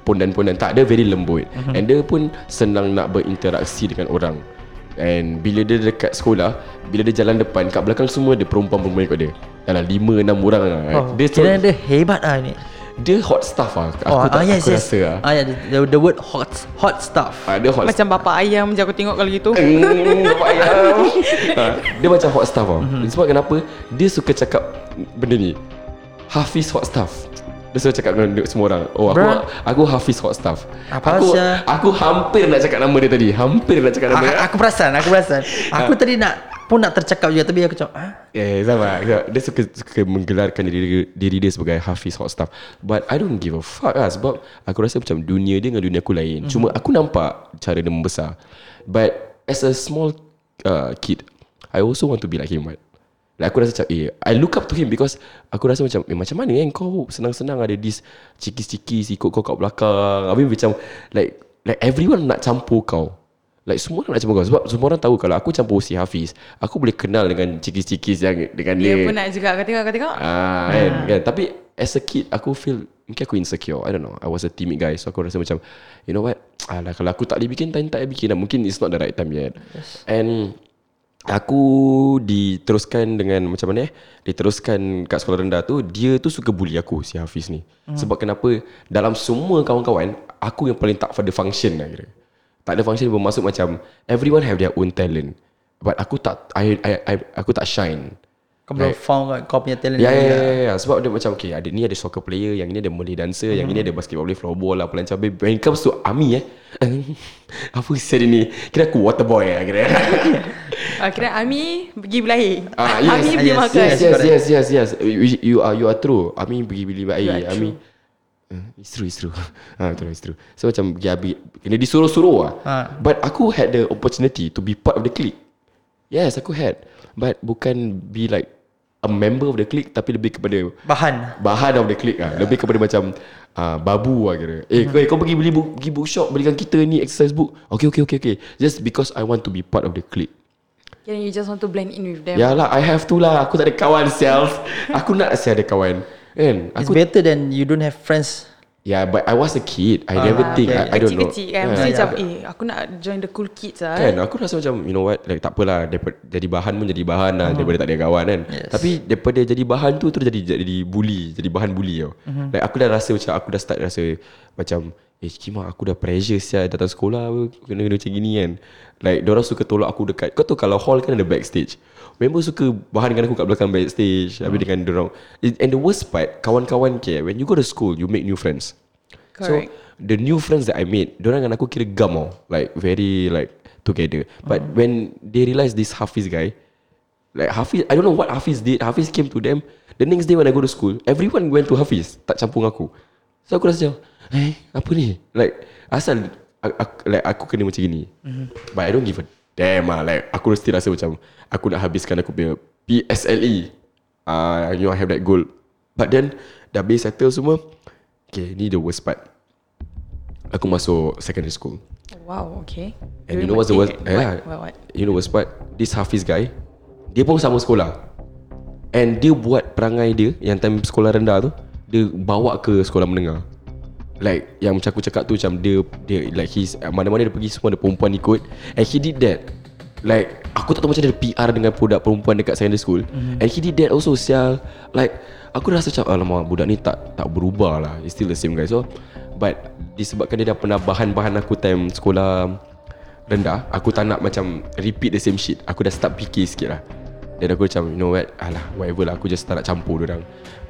Speaker 1: pondan-pondan tak, dia very lembut.
Speaker 2: Mhm.
Speaker 1: Mm-hmm. And dia pun senang nak berinteraksi dengan orang. And bila dia dekat sekolah, bila dia jalan depan, kat belakang semua ada perempuan-perempuan ikut dia. Dalam 5 6 orang lah.
Speaker 2: Oh,
Speaker 1: Dia
Speaker 2: dia
Speaker 1: so,
Speaker 2: kira dia hebat ah ni.
Speaker 1: dia hot stuff ah. Aku
Speaker 2: Oh,
Speaker 1: tak
Speaker 2: ah, yes,
Speaker 1: aku
Speaker 2: yes.
Speaker 1: rasa ah.
Speaker 2: Ah, yeah, the, the word hot hot stuff.
Speaker 1: Ah, dia hot
Speaker 5: Macam bapa ayam je aku tengok kalau gitu.
Speaker 1: Mm, nampak ayam. ha, dia macam hot stuff tau. Mm-hmm. Sebab kenapa? Dia suka cakap benda ni. Hafiz hot stuff. Dia suka cakap dengan dia- semua orang. Oh, aku
Speaker 2: Bruh.
Speaker 1: aku Hafiz hot stuff.
Speaker 2: Apa
Speaker 1: aku
Speaker 2: sia?
Speaker 1: aku hampir nak cakap nama dia tadi. Hampir nak cakap nama.
Speaker 2: Aku,
Speaker 1: dia.
Speaker 2: Ah, aku perasan, aku perasan.
Speaker 1: Ah.
Speaker 2: Aku tadi nak pun nak tercakap juga tapi aku cakap, ah,
Speaker 1: Eh, sama. Dia suka, suka menggelarkan diri, diri dia sebagai Hafiz hot stuff. But I don't give a fuck lah sebab aku rasa macam dunia dia dengan dunia aku lain. Mm-hmm. Cuma aku nampak cara dia membesar. But as a small uh, kid, I also want to be like him, right? Like aku rasa macam eh, I look up to him because aku rasa macam eh, macam mana kan kau senang-senang ada this cikis-cikis ikut kau kat belakang. Habis macam like like everyone nak campur kau. Like semua orang nak campur kau Sebab semua orang tahu Kalau aku campur si Hafiz Aku boleh kenal dengan Cikis-cikis yang Dengan
Speaker 4: Dia
Speaker 1: dia,
Speaker 4: pun nak juga kau tengok kau tengok.
Speaker 1: ah, kan, kan? Tapi as a kid Aku feel Mungkin aku insecure I don't know I was a timid guy So aku rasa macam You know what Alah kalau aku tak boleh bikin Time tak boleh bikin lah Mungkin it's not the right time yet yes. And Aku diteruskan dengan Macam mana eh Diteruskan kat sekolah rendah tu Dia tu suka bully aku Si Hafiz ni hmm. Sebab kenapa Dalam semua kawan-kawan Aku yang paling tak ada function lah kira tak ada function bermaksud macam everyone have their own talent but aku tak I, I, I aku tak shine
Speaker 2: kau belum found kat kau punya talent.
Speaker 1: Ya ya
Speaker 2: ni.
Speaker 1: ya, ya, ya. Sebab dia macam Okay ada ni ada soccer player Yang ni ada Malay dancer Yang ini ada basketball player Floorball lah Pelancar But When it comes to army eh Apa saya ni Kira aku water boy lah kira
Speaker 4: Ah, kira Ami pergi berlahir.
Speaker 1: Ah,
Speaker 4: Ami
Speaker 1: yes.
Speaker 4: pergi
Speaker 2: Yes,
Speaker 4: makan.
Speaker 1: Yes yes yes yes yes You, you are you are true Ami pergi beli bayi Ami Eh, It's true, it's true ha, Betul, it's true So macam pergi habis Kena disuruh-suruh lah
Speaker 2: Ha.
Speaker 1: But aku had the opportunity To be part of the clique Yes aku had But bukan be like A member of the clique Tapi lebih kepada
Speaker 2: Bahan.
Speaker 1: Bahan of the clique lah Lebih kepada macam uh, Babu lah kira Eh kau, eh, kau pergi beli book, pergi bookshop Belikan kita ni exercise book Okay okay okay okay Just because I want to be part of the clique
Speaker 4: Kira you just want to blend in with them.
Speaker 1: Ya lah I have to lah Aku tak ada kawan self Aku nak saya ada kawan Kan
Speaker 2: It's
Speaker 1: aku,
Speaker 2: better than you don't have friends.
Speaker 1: Yeah but I was a kid I never think
Speaker 2: okay.
Speaker 1: I, I don't know Ah.
Speaker 4: Kecil-kecil kan. Mesti macam eh aku nak join the cool kids lah.
Speaker 1: Kan aku rasa macam You know what like, Tak apalah daripada, Jadi bahan pun jadi bahan lah Daripada tak ada kawan kan
Speaker 2: Yes.
Speaker 1: Tapi daripada jadi bahan tu Terus jadi jadi bully Jadi bahan bully tau mm-hmm. like, Aku dah rasa macam Aku dah start rasa Macam Eh Kima aku dah pressure siya Datang sekolah apa, Kena-kena macam gini kan Like diorang suka tolak aku dekat Kau tahu kalau hall kan ada backstage Member suka bahan dengan aku kat belakang backstage Habis dengan diorang And the worst part Kawan-kawan care When you go to school You make new friends
Speaker 4: Correct.
Speaker 1: So the new friends that I made, orang dengan aku kira gam oh, like very like together. But when they realize this Hafiz guy, like Hafiz, I don't know what Hafiz did. Hafiz came to them. The next day when I go to school, everyone went to Hafiz, tak campur dengan aku. So aku rasa macam, eh apa ni? Like asal aku, aku, like aku kena macam gini. But I don't give a damn lah. Like aku still rasa macam aku nak habiskan aku punya PSLE. E. Ah, uh, you know I have that goal. But then dah base settle semua. Okay, ni the worst part. Aku masuk secondary school.
Speaker 4: Wow, okay.
Speaker 1: And you know what's the worst?
Speaker 4: What,
Speaker 1: Yeah.
Speaker 4: what, what?
Speaker 1: You know what's what? This Hafiz guy, dia pun sama sekolah. And dia buat perangai dia yang time sekolah rendah tu, dia bawa ke sekolah menengah. Like yang macam aku cakap tu macam dia dia like he's eh, mana-mana dia pergi semua ada perempuan ikut and he did that. Like aku tak tahu macam dia ada PR dengan produk perempuan dekat secondary school mm-hmm. and he did that also sial. Like aku rasa macam alamak budak ni tak tak berubah lah. He's still the same guy. So but disebabkan dia dah pernah bahan-bahan aku time sekolah rendah Aku tak nak macam Repeat the same shit Aku dah start fikir sikit lah Dan aku macam You know what Alah whatever lah Aku just tak nak campur orang.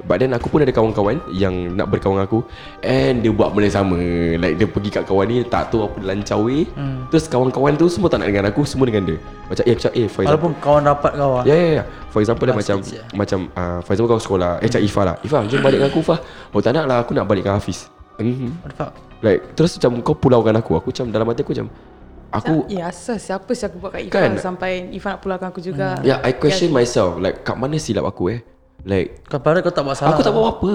Speaker 1: But then aku pun ada kawan-kawan Yang nak berkawan dengan aku And dia buat benda sama Like dia pergi kat kawan ni Tak tahu apa dia lancar weh hmm. Terus kawan-kawan tu Semua tak nak dengan aku Semua dengan dia Macam eh macam eh for example
Speaker 2: Walaupun kawan rapat kau ah.
Speaker 1: Ya ya ya For example lah macam
Speaker 2: sikit je.
Speaker 1: Macam uh, For example kau sekolah Eh cak Ifah lah Ifah jom balik dengan aku Ifah Oh tak nak lah Aku nak balik dengan Hafiz mm-hmm.
Speaker 2: What the fuck?
Speaker 1: Like terus macam kau pulaukan aku Aku macam dalam hati aku macam Aku
Speaker 4: Ya, asal siapa sih aku buat kat Ifan
Speaker 1: Kan? Hmm, Ya,
Speaker 4: sampai Ifan nak pulangkan aku juga.
Speaker 1: Yeah, I question myself like kat mana silap aku eh? Like
Speaker 2: Kau padahal kau tak buat salah
Speaker 1: Aku
Speaker 4: Ah.
Speaker 1: tak buat apa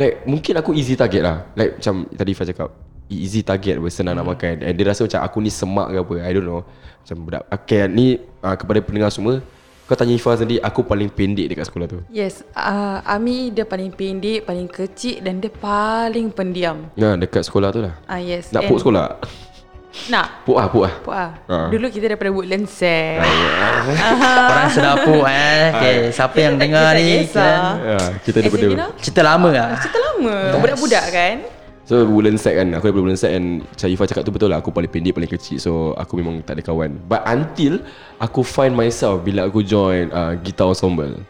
Speaker 1: Like mungkin aku easy target lah Like macam tadi Fah cakap e- Easy target apa Senang nak
Speaker 4: Hmm.
Speaker 1: makan And dia rasa macam Aku ni semak ke apa I don't know Macam budak Okay ni uh, Kepada pendengar semua Kau tanya Ifah sendiri Aku paling pendek dekat sekolah tu
Speaker 4: Yes, uh, Ami dia paling pendek, paling kecil dan dia paling pendiam.
Speaker 1: Nah dekat sekolah tu lah
Speaker 4: Ah uh, yes.
Speaker 1: Nak
Speaker 4: and-
Speaker 1: put sekolah
Speaker 4: Nak.
Speaker 1: Put lah put lah
Speaker 4: Put ah.
Speaker 1: Ah.
Speaker 4: Dulu kita daripada Woodlands eh.
Speaker 2: Orang sedapur eh Okay Siapa yang dengar ni
Speaker 4: Kisah.
Speaker 2: kan,
Speaker 1: uh, Kita
Speaker 4: As in, you
Speaker 1: daripada
Speaker 4: know,
Speaker 2: Cerita lama lah
Speaker 4: cerita lama. Budak-budak kan?
Speaker 1: So bulan set kan Aku daripada bulan set And macam Ifah cakap tu betul lah Aku paling pendek Paling kecil So aku memang tak ada kawan But until Aku find myself Bila aku join uh, Gitar ensemble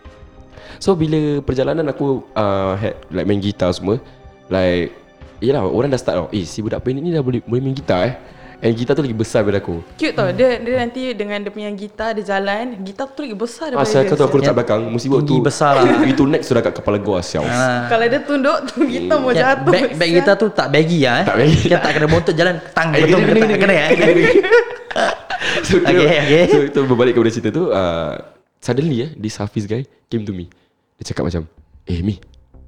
Speaker 1: So bila perjalanan aku uh, had, Like main gitar semua Like Yelah orang dah start tau Eh si budak pendek ni dah boleh, boleh main gitar eh And gitar tu lagi besar daripada aku
Speaker 4: Cute tau. Dia, dia nanti dengan dia punya gitar, dia jalan. Gitar tu lagi besar
Speaker 1: Ah,
Speaker 4: daripada
Speaker 1: saya
Speaker 4: dia.
Speaker 1: kata aku
Speaker 4: sis.
Speaker 1: letak belakang Musibah
Speaker 2: Tinggi
Speaker 1: tu
Speaker 2: besar lah. Ah.
Speaker 1: Itu next sudah kat kepala gua sial
Speaker 4: Kalau dia tunduk tu gitar mau
Speaker 2: Ya,
Speaker 4: jatuh.
Speaker 2: Bag, bag
Speaker 4: sis.
Speaker 2: kita tu tak baggy lah eh.
Speaker 1: Tak baggy.
Speaker 2: Kita tak kena bontot jalan tang
Speaker 1: Eh,
Speaker 2: betul
Speaker 1: kena,
Speaker 2: kena
Speaker 1: kena,
Speaker 2: kena eh.
Speaker 1: so, okay,
Speaker 2: Okay, okay.
Speaker 1: so kita berbalik kepada cerita tu uh, Suddenly eh This Hafiz guy Came to me Dia cakap macam Eh Mi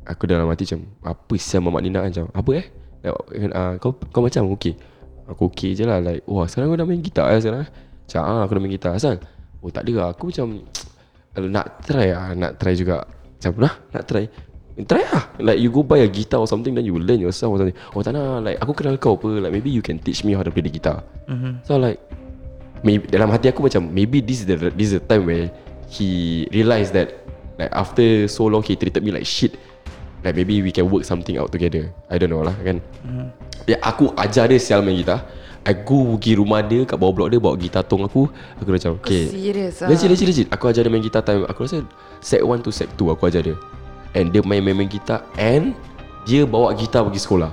Speaker 1: Aku dalam hati macam Apa siapa Mamat Nina kan macam Apa eh Like, uh, kau, kau macam okay Aku okay je lah Like Wah sekarang kau dah main gitar eh sekarang eh?" Macam ah aku dah main gitar Asal Oh tak ada lah Aku macam Alah, Nak try lah Nak try juga Macam lah Nak try Try lah Like you go buy a guitar or something Then you learn yourself or something Oh tak nak Like aku kenal kau apa Like maybe you can teach me How to play the guitar mm-hmm. So like maybe, dalam hati aku macam maybe this is the this is the time where he realised that like after so long he treated me like shit like maybe we can work something out together I don't know lah kan mm-hmm. yeah, aku ajar dia sial main gitar aku pergi rumah dia kat bawah blok dia bawa gitar tong aku aku macam okay
Speaker 4: Oh, serious ah?
Speaker 1: legit legit legit aku ajar dia main gitar time aku rasa set 1 to set 2 aku ajar dia and dia main main, main gitar and dia bawa gitar pergi sekolah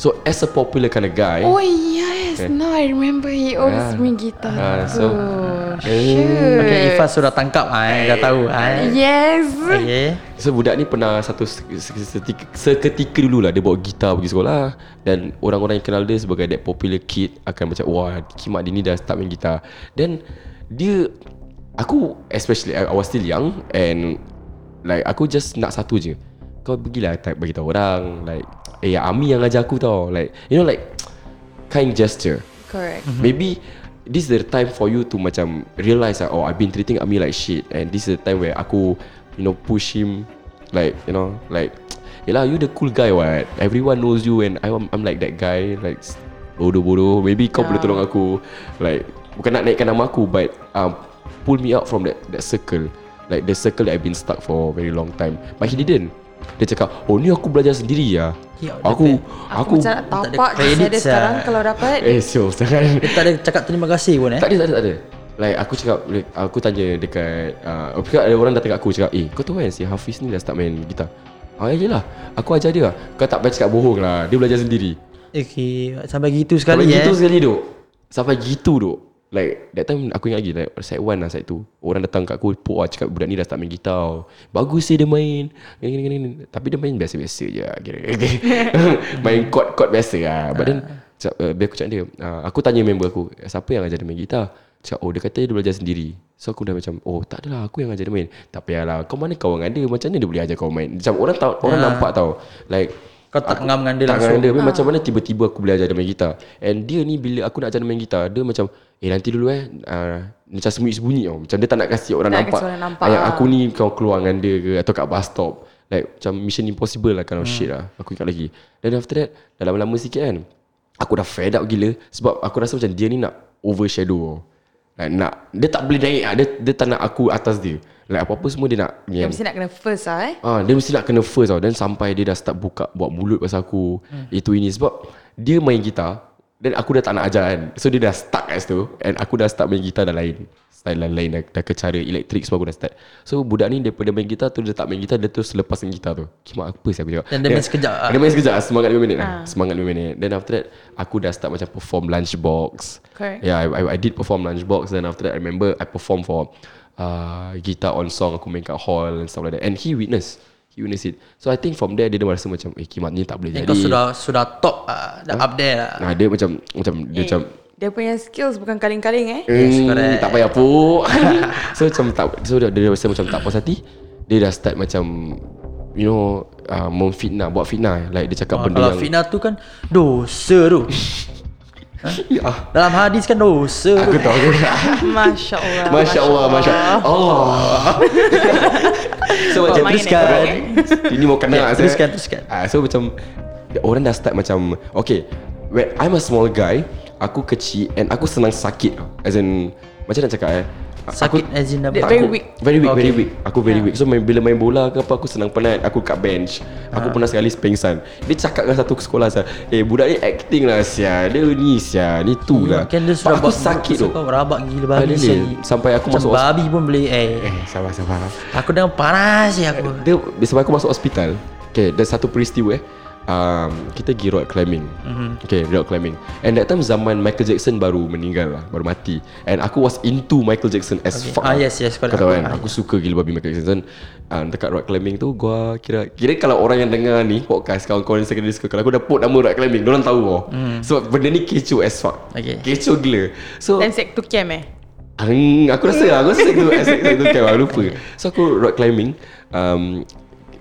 Speaker 1: so as a popular kind of guy
Speaker 4: Oh yes, now I remember he always
Speaker 1: Ah.
Speaker 4: bring guitar.
Speaker 1: Ah, so-
Speaker 4: Oh,
Speaker 1: Eh.
Speaker 2: Okay, Ifah sudah tangkap ah, eh. dah tahu ah. eh.
Speaker 4: Ya. Yes.
Speaker 2: Okay.
Speaker 1: So budak ni pernah satu se- se- seketika, seketika dulu lah dia bawa gitar pergi sekolah dan orang-orang yang kenal dia sebagai that popular kid akan macam wah kimak dia ni dah start main gitar. Then dia aku especially I I was still young and like aku just nak satu je. Kau pergilah type bagi tahu orang like eh Ami yang ajar aku tau like you know like kind gesture.
Speaker 4: Correct.
Speaker 1: Mm-hmm. Maybe this is the time for you to macam realise like, oh I've been treating Ami like shit and this is the time where aku you know push him like you know like yelah you the cool guy what everyone knows you and I'm, I'm like that guy like s- bodoh-bodoh maybe kau boleh tolong aku like bukan nak naikkan nama aku but um, pull me out from that that circle like the circle that I've been stuck for a very long time but he didn't dia cakap oh ni aku belajar sendiri ya
Speaker 2: Ya,
Speaker 1: aku
Speaker 4: Aku,
Speaker 1: aku,
Speaker 4: macam nak
Speaker 2: tak ada
Speaker 4: tapak je saya dia
Speaker 2: credits, ah.
Speaker 4: sekarang kalau dapat.
Speaker 1: eh so jangan
Speaker 2: Dia tak ada cakap terima kasih pun eh.
Speaker 1: tak ada, tak ada, tak ada. Like aku cakap like, Aku tanya dekat uh, Aku cakap ada orang datang kat aku Cakap eh kau tahu kan Si Hafiz ni dah start main gitar Ah ya lah Aku ajar dia lah Kau tak payah cakap bohong lah Dia belajar sendiri
Speaker 2: Okay, sampai gitu
Speaker 1: Sampai
Speaker 2: sekali
Speaker 1: gitu
Speaker 2: eh.
Speaker 1: sekali duk Sampai gitu duk Like that time aku ingat lagi like, Set 1 lah set 2 Orang datang kat aku Puk lah cakap Budak ni dah start main gitar tau. Bagus sih dia main gini, gini, gini, gini. Tapi dia main biasa-biasa je lah kira. main chord-chord biasa lah But then
Speaker 2: Ah.
Speaker 1: cakap, uh, Biar aku cakap dia uh, Aku tanya member aku Siapa yang ajar dia main gitar Cakap oh dia kata dia belajar sendiri So aku dah macam Oh tak adalah aku yang ajar dia main Tak payahlah Kau mana kawan ada Macam mana dia boleh ajar kau main Macam orang tahu Orang nampak tau Like
Speaker 2: Ah. Kau tak ngam dengan dia
Speaker 1: tak
Speaker 2: langsung.
Speaker 1: dengan dia Tapi
Speaker 4: Ah.
Speaker 1: macam mana tiba-tiba aku boleh ajar dia main gitar And dia ni bila aku nak ajar dia main gitar Dia macam Eh nanti dulu eh uh, Macam sembunyi-sembunyi tau Macam dia tak nak kasi orang
Speaker 4: Tak
Speaker 1: nampak
Speaker 4: kasi orang nampak,
Speaker 1: Ayat
Speaker 4: ah.
Speaker 1: aku ni kau keluar dengan dia ke Atau kat bus stop Like macam mission impossible lah
Speaker 4: Hmm.
Speaker 1: Kind of shit lah Aku ingat lagi Then after that Dah lama-lama sikit kan Aku dah fed up gila Sebab aku rasa macam dia ni nak Overshadow Like nak Dia tak boleh naik lah. dia, dia tak nak aku atas dia Like apa-apa semua dia nak
Speaker 4: Dia mesti nak kena first lah eh.
Speaker 1: Ah, dia mesti nak kena first tau Then sampai dia dah start buka Buat mulut pasal aku hmm. Itu ini Sebab dia main gitar Dan aku dah tak nak ajar kan So dia dah stuck kat situ And aku dah start main gitar dah lain Style dah lain Dah, dah ke cara elektrik semua aku dah start So budak ni daripada main gitar tu Dia tak main gitar Dia terus lepaskan gitar tu Kimak apa sih aku cakap
Speaker 2: Dan dia main sekejap ah.
Speaker 1: Dia main sekejap ah, Semangat 5 minit lah Semangat 5 minit Then after that Aku dah start macam perform lunchbox
Speaker 4: Correct.
Speaker 1: Yeah, I, I, I did perform lunchbox Then after that, I remember I perform for uh, guitar on song aku main kat hall and stuff like that. And he witness, he witness it. So I think from there dia dah rasa macam, eh kimat ni tak boleh
Speaker 2: Eh,
Speaker 1: jadi.
Speaker 2: Kau sudah sudah top ah, dah up there lah.
Speaker 1: Nah, dia macam macam
Speaker 4: Eh.
Speaker 1: dia macam "Hmm,
Speaker 4: Dia punya skills bukan kaling-kaling eh.
Speaker 1: Yes,
Speaker 2: correct.
Speaker 1: Tak payah pun So macam tak So dia, dia rasa macam tak puas hati dia dah start macam you know uh, memfitnah buat fitnah like dia cakap
Speaker 2: Ah,
Speaker 1: benda
Speaker 2: Kalau
Speaker 1: yang
Speaker 2: fitnah tu kan dosa tu.
Speaker 1: Ya.
Speaker 2: Dalam hadis kan dosa tu.
Speaker 1: Aku tahu aku tahu.
Speaker 5: Masya Allah
Speaker 1: Masya Allah Masya Allah So macam
Speaker 5: main
Speaker 2: teruskan.
Speaker 1: Ini mau kena
Speaker 2: eh, Ya,
Speaker 1: lah, saya.
Speaker 2: teruskan, teruskan.
Speaker 1: Ah, So macam Orang dah start macam Okay When I'm a small guy Aku kecil And aku senang sakit As in Macam nak cakap eh
Speaker 2: Sakit as in apa?
Speaker 5: Dia very
Speaker 1: aku,
Speaker 5: weak.
Speaker 1: Very weak, okay.
Speaker 2: Okay. Ya.
Speaker 1: very weak. Aku very weak. So main, bila main bola ke apa aku senang penat. Aku kat bench.
Speaker 2: Ah.
Speaker 1: Aku pernah sekali pengsan. Dia cakap dengan satu sekolah saya, "Eh budak ni acting lah sia. Dia ni sia. Ni tu lah."
Speaker 2: Kan dia
Speaker 1: But
Speaker 2: sudah
Speaker 1: aku sakit tu.
Speaker 2: Kau rabak gila
Speaker 1: Kali ni
Speaker 2: babi sekali.
Speaker 1: sampai aku
Speaker 2: Macam
Speaker 1: masuk hospital.
Speaker 2: babi pun boleh eh.
Speaker 1: Eh, sabar sabar.
Speaker 2: Aku dah panas je aku.
Speaker 1: Dia sebab aku masuk hospital. Okay, ada satu peristiwa eh. Um, kita pergi rock climbing
Speaker 2: Mhm.
Speaker 1: mm-hmm. Okay rock climbing And that time zaman Michael Jackson baru meninggal lah Baru mati And aku was into Michael Jackson as
Speaker 2: Okay.
Speaker 1: fuck
Speaker 2: Ah,
Speaker 1: lah.
Speaker 2: yes, yes,
Speaker 1: Kau
Speaker 2: correct.
Speaker 1: tahu
Speaker 2: Aku-
Speaker 1: kan
Speaker 2: ah,
Speaker 1: Aku suka gila babi Michael Jackson uh, Dekat rock climbing tu Gua kira Kira kalau orang yang dengar ni Podcast kawan-kawan yang secondary school Kalau aku dah put nama rock climbing Diorang tahu oh. mm. Sebab benda ni kecoh as fuck
Speaker 2: Hmm. Okay.
Speaker 1: Kecoh gila So
Speaker 5: Time sec tu camp eh
Speaker 1: Ang, aku rasa lah, aku rasa tu aspek tu kan, aku lupa. So aku rock climbing, um,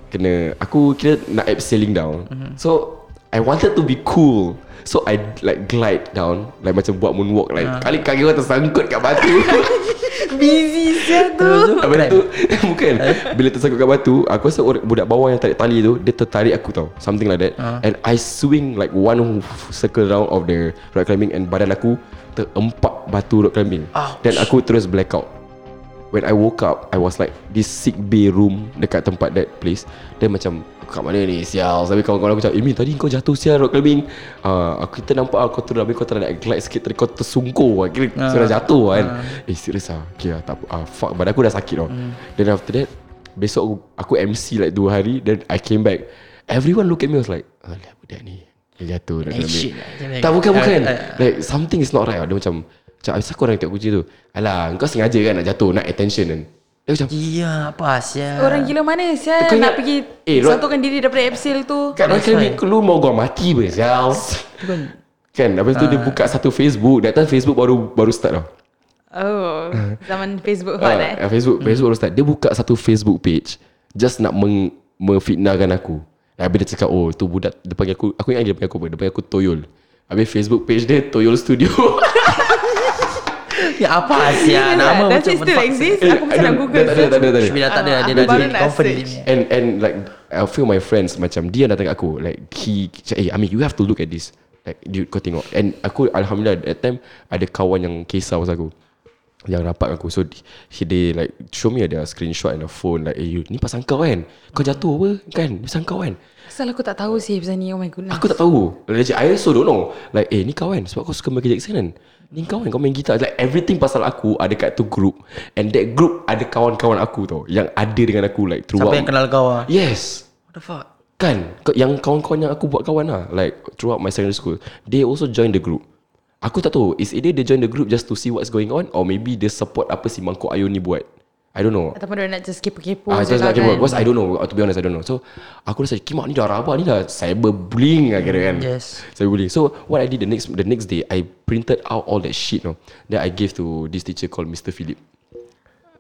Speaker 1: kena, aku kira nak abseiling down. So, I wanted to be cool. So I like glide down Like macam buat moonwalk like Kali kaki orang tersangkut kat batu
Speaker 5: Busy siap
Speaker 2: Terus tu
Speaker 1: Habis
Speaker 2: cramp.
Speaker 1: tu Bukan Bila tersangkut kat batu Aku rasa orang- budak bawah yang tarik tali tu Dia tertarik aku tau Something like that And I swing like one circle round of the rock climbing And badan aku terempat batu rock climbing
Speaker 2: Ouch.
Speaker 1: Dan aku terus blackout When I woke up I was like This sick bay room Dekat tempat that place Then macam Aku kat mana ni Sial Sampai kawan-kawan aku macam Amy tadi kau jatuh sial Rock climbing uh, Aku kita nampak lah, Kau tu Habis kau tak nak glide sikit Tadi kau tersungkur lah. Kira
Speaker 2: Ah.
Speaker 1: uh, sudah jatuh lah, kan uh. Eh serius lah Okay lah tak apa uh, Fuck badan aku dah sakit tau
Speaker 2: Hmm.
Speaker 1: Then after that Besok aku, aku MC like 2 hari Then I came back Everyone look at me I was like Alah budak ni Dia jatuh Rock
Speaker 2: Eh,
Speaker 1: climbing
Speaker 2: shit lah, macam mana
Speaker 1: Tak bukan
Speaker 2: kau-
Speaker 1: bukan
Speaker 2: Ah, ah,
Speaker 1: Like something is not right Dia macam Macam asal korang tengok kucing tu Alah kau sengaja kan nak jatuh Nak attention kan Dia macam
Speaker 2: Iya, apa asyik.
Speaker 4: Orang gila mana Saya
Speaker 1: Kau ingat-
Speaker 4: nak pergi
Speaker 1: Eh,
Speaker 4: eh,
Speaker 1: Rod-
Speaker 4: Satukan diri daripada Epsil tu
Speaker 1: Kat
Speaker 2: That's
Speaker 1: Royal Clinic
Speaker 2: right.
Speaker 1: Lu mau gua mati pun Sial Kan Lepas tu
Speaker 5: Ah.
Speaker 1: dia buka satu Facebook That time Facebook baru Baru start tau
Speaker 5: Oh Zaman Facebook hot eh
Speaker 1: Ah, Facebook Facebook baru start Dia buka satu Facebook page Just nak meng, Memfitnahkan aku Habis dia cakap Oh tu budak Dia panggil aku Aku ingat dia panggil aku apa Dia panggil aku Toyol Habis Facebook page dia Toyol Studio
Speaker 2: Ya apa asyik.
Speaker 5: Serious
Speaker 2: Nama
Speaker 5: lah, Does
Speaker 2: macam
Speaker 5: it still exist? Aku
Speaker 1: Eh, I
Speaker 5: macam nak
Speaker 1: don't-
Speaker 5: google
Speaker 1: Tak ada tak ada tak ada
Speaker 2: Should be dah tak ada Dia
Speaker 5: Aku
Speaker 2: dah
Speaker 5: baru
Speaker 2: jadi
Speaker 5: nak
Speaker 2: confirm
Speaker 5: search.
Speaker 2: dia ni.
Speaker 1: And and like I feel my friends macam dia datang kat aku like he cakap, eh I mean you have to look at this like dude kau tengok and aku alhamdulillah that time ada kawan yang kisah pasal aku yang rapat dengan aku so he they like show me ada screenshot and a phone like eh you ni pasal kau kan kau jatuh apa kan Ni pasal kau kan
Speaker 4: Asal aku tak tahu sih Pasal ni Oh my goodness
Speaker 1: aku tak tahu legit I also don't know like eh ni kau kan sebab kau suka Michael Jackson kan ni kau kan kau main gitar like everything pasal aku ada kat tu group and that group ada kawan-kawan aku tau yang ada dengan aku like throughout
Speaker 2: Siapa yang kenal kau ah?
Speaker 1: yes
Speaker 2: What the fuck?
Speaker 1: Kan ke- Yang kawan-kawan yang aku buat kawan lah Like throughout my secondary school They also join the group Aku tak tahu Is either they join the group Just to see what's going on Or maybe they support Apa si Mangkok Ayu ni buat I don't know
Speaker 4: Ataupun dia nak just kepo-kepo
Speaker 2: Oh,
Speaker 1: Ah,
Speaker 4: je
Speaker 1: just
Speaker 4: lah
Speaker 1: like kan. Because I don't know To be honest I don't know So aku rasa Kimak ni dah rabak Ni dah cyberbullying lah kira kan
Speaker 2: Yes.
Speaker 1: Cyberbullying So what I did the next The next day I printed out all that shit no, That I gave to This teacher called Mr. Philip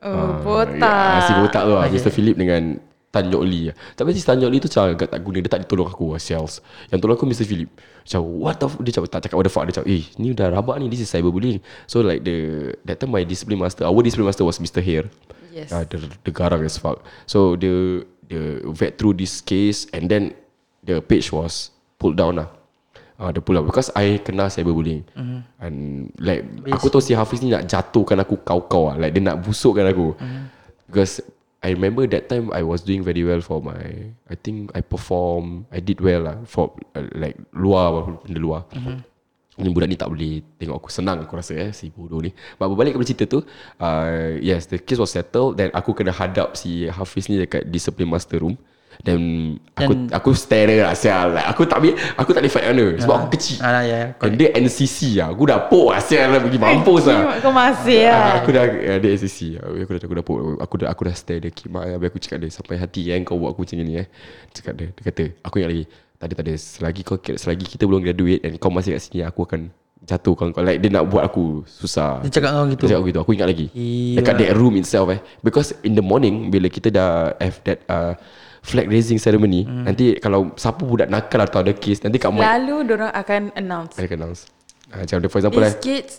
Speaker 5: Oh
Speaker 1: Ya, si
Speaker 5: botak
Speaker 1: botak tu lah okay. Mr. Philip dengan Tan Yoke Lee Tapi si Tan Yoke Lee tu Macam agak tak guna Dia tak tolong aku lah, Sales Yang tolong aku Mr. Philip Macam what the fuck Dia cakap tak cakap what the fuck Dia cakap eh ni dah rabak ni This is cyberbullying So like the That time my discipline master Our discipline master was Mr. Hare
Speaker 4: Yes.
Speaker 1: uh, the, the garang as fuck So the The vet through this case And then The page was Pulled down lah Ah, dia pull out Because I kena cyberbullying mm-hmm. And like Aku tahu si Hafiz ni Nak jatuhkan aku kau-kau lah Like dia nak busukkan aku mm-hmm. Because I remember that time I was doing very well for my I think I perform I did well lah For uh, like Luar apa Benda luar mm-hmm. Ni budak ni tak boleh Tengok aku senang Aku rasa eh Si bodoh ni But berbalik kepada cerita tu uh, Yes the case was settled Then aku kena hadap Si Hafiz ni Dekat discipline master room Then Aku
Speaker 2: Dan-
Speaker 1: aku stare lah sial like, Aku tak boleh Aku tak boleh fight dengan dia Sebab aku kecil
Speaker 2: Ah, ya, ya.
Speaker 1: Dan dia NCC lah Aku dah pok lah Sial lah
Speaker 4: Kan,
Speaker 1: pergi mampus
Speaker 2: Eh,
Speaker 1: lah
Speaker 5: Kimak Kau masih
Speaker 4: Ya.
Speaker 5: lah
Speaker 1: Ah, Aku dah eh, Dia NCC Habis Aku dah aku dah pok Aku dah aku dah stare dia kimak Habis aku cakap dia Sampai hati kan kau buat aku macam ni eh Cakap dia Dia kata Aku ingat lagi Tak ada tak ada Selagi kau Selagi kita belum graduate And kau masih kat sini Aku akan jatuh kawan kau like dia nak buat aku susah
Speaker 2: Dia cakap dengan kau gitu?
Speaker 1: dia cakap gitu aku ingat lagi
Speaker 2: Gila.
Speaker 1: dekat that room itself eh because in the morning bila kita dah have that uh, flag raising ceremony hmm. nanti kalau siapa budak nakal atau ada case nanti kat mic
Speaker 4: Lalu dorang akan announce.
Speaker 1: ada announce uh, macam Eh, dia for example
Speaker 4: These
Speaker 1: lah
Speaker 4: kids,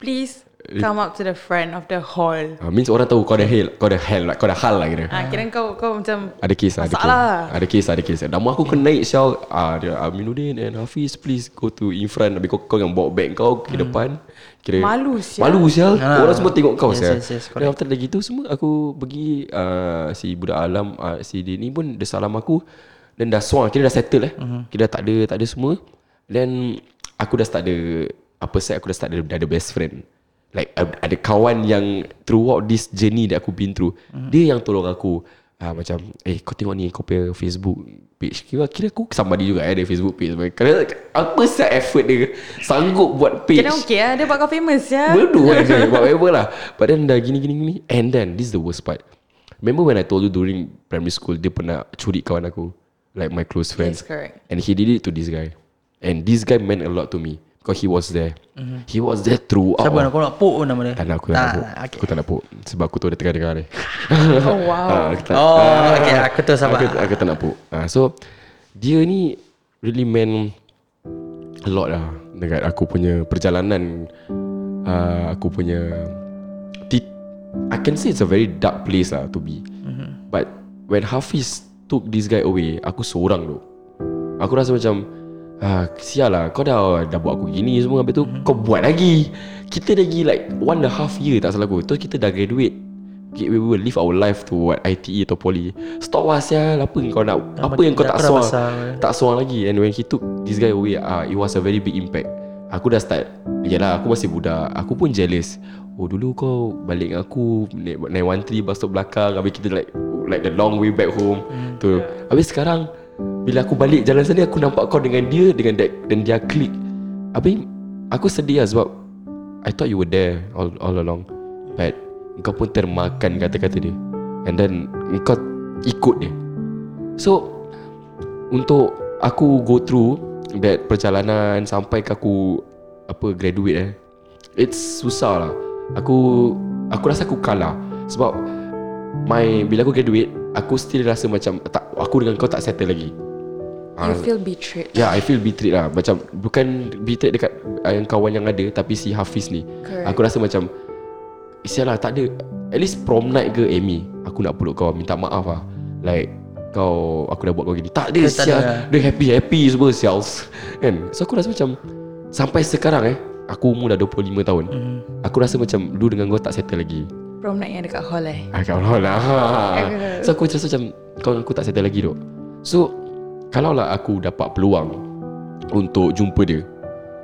Speaker 4: please come up to the front of the hall.
Speaker 1: uh, means orang tahu kau ada hell kau ada hell lah, kau ada hal lah kira
Speaker 4: Ah, kira kau kau macam lah.
Speaker 1: Ada kes lah, ada kes.
Speaker 4: Masalah.
Speaker 1: Ada kes ada kes. Nama aku kena naik Syal. Ah dia Aminuddin and Hafiz please go to in front. Habis kau kau yang bawa beg kau ke depan. Kira
Speaker 4: Malu, Syal.
Speaker 1: Malu Syal.
Speaker 2: Ah.
Speaker 1: Orang semua tengok kau
Speaker 2: Yes,
Speaker 1: Syal.
Speaker 2: yes, yes, correct.
Speaker 1: Dan after lagi tu semua aku pergi uh, si budak alam uh, si dia ni pun dia salam aku dan dah suang kira dah settle eh. Kira dah tak ada tak ada semua. Then aku dah start ada apa set aku dah start ada, dah ada best friend. Like uh, ada kawan yang throughout this journey that aku been through, dia yang tolong aku. Ah macam eh kau tengok ni kau punya Facebook page kira kira aku somebody juga eh ada Facebook page kerana apa sah effort dia sanggup buat page
Speaker 4: Kira okey lah Dia buat kau famous ya
Speaker 1: Bodoh kan saya Buat whatever lah But then dah gini gini gini And then This is the worst part Remember when I told you During primary school Dia pernah curi kawan aku Like my close friends
Speaker 4: correct.
Speaker 1: And he did it to this guy And this guy meant a lot to me Because he was there
Speaker 2: Mm-hmm.
Speaker 1: He was there throughout
Speaker 2: Siapa nak kau nak pok pun nama
Speaker 1: "Oh."
Speaker 2: dia? Ah,
Speaker 1: Tak nak aku tak nak pok
Speaker 2: okay.
Speaker 1: Aku tak nak pok Sebab aku tu ada tengah dengar ni
Speaker 4: Oh wow
Speaker 1: Ah, aku tak-
Speaker 2: Oh,
Speaker 1: ah,
Speaker 2: okay, aku tahu sabar.
Speaker 1: Aku, aku tak nak puk. Ah, so dia ni really meant a lot lah dekat aku punya perjalanan uh, aku punya ti, I can say it's a very dark place lah to be.
Speaker 2: Mhm.
Speaker 1: Mm-hmm. But when Hafiz took this guy away, aku seorang tu. Aku rasa macam ah, Sial lah Kau dah Dah buat aku gini semua Habis tu
Speaker 2: Mhm.
Speaker 1: mm-hmm. Kau buat lagi Kita lagi like One and a half year Tak salah aku Terus kita dah graduate Okay, We will live our life To what ITE atau poly Stop lah sial Apa yang kau nak Apa yang kau
Speaker 2: Ah, tak
Speaker 1: tak
Speaker 2: pernah
Speaker 1: suang
Speaker 2: besar. eh.
Speaker 1: Tak suang lagi And when he took This guy away ah, It was a very big impact Aku dah start Yalah aku masih budak Aku pun jealous Oh dulu kau balik dengan aku Naik, naik one three Bus stop belakang Habis kita like Like the long way back home mm. Tu Habis sekarang bila aku balik jalan sana Aku nampak kau dengan dia Dengan that, dan dia klik Habis Aku sedih lah sebab I thought you were there All, all along But Kau pun termakan kata-kata dia And then Kau ikut dia So Untuk Aku go through That perjalanan Sampai ke aku Apa graduate eh It's susah lah Aku Aku rasa aku kalah Sebab My Bila aku graduate Aku still rasa macam tak, Aku dengan kau tak settle lagi Ah.
Speaker 4: You feel betrayed
Speaker 1: Yeah, I feel betrayed lah. Macam bukan betrayed dekat uh, yang kawan yang ada tapi si Hafiz ni.
Speaker 4: Correct.
Speaker 1: Aku rasa macam Sial lah tak ada At least prom night ke Amy Aku nak peluk kau Minta maaf lah Like Kau Aku dah buat kau gini Tak ada
Speaker 2: Dia tak
Speaker 1: sial
Speaker 2: ada.
Speaker 1: Dia happy-happy semua sial Kan So aku rasa macam Sampai sekarang eh Aku umur dah 25 tahun Aku rasa macam Lu dengan kau tak settle lagi
Speaker 4: Prom night yang dekat hall eh
Speaker 1: Ah, kau lah lah. So aku rasa macam Kau dengan aku tak settle lagi dok So Kalau lah aku dapat peluang Untuk jumpa dia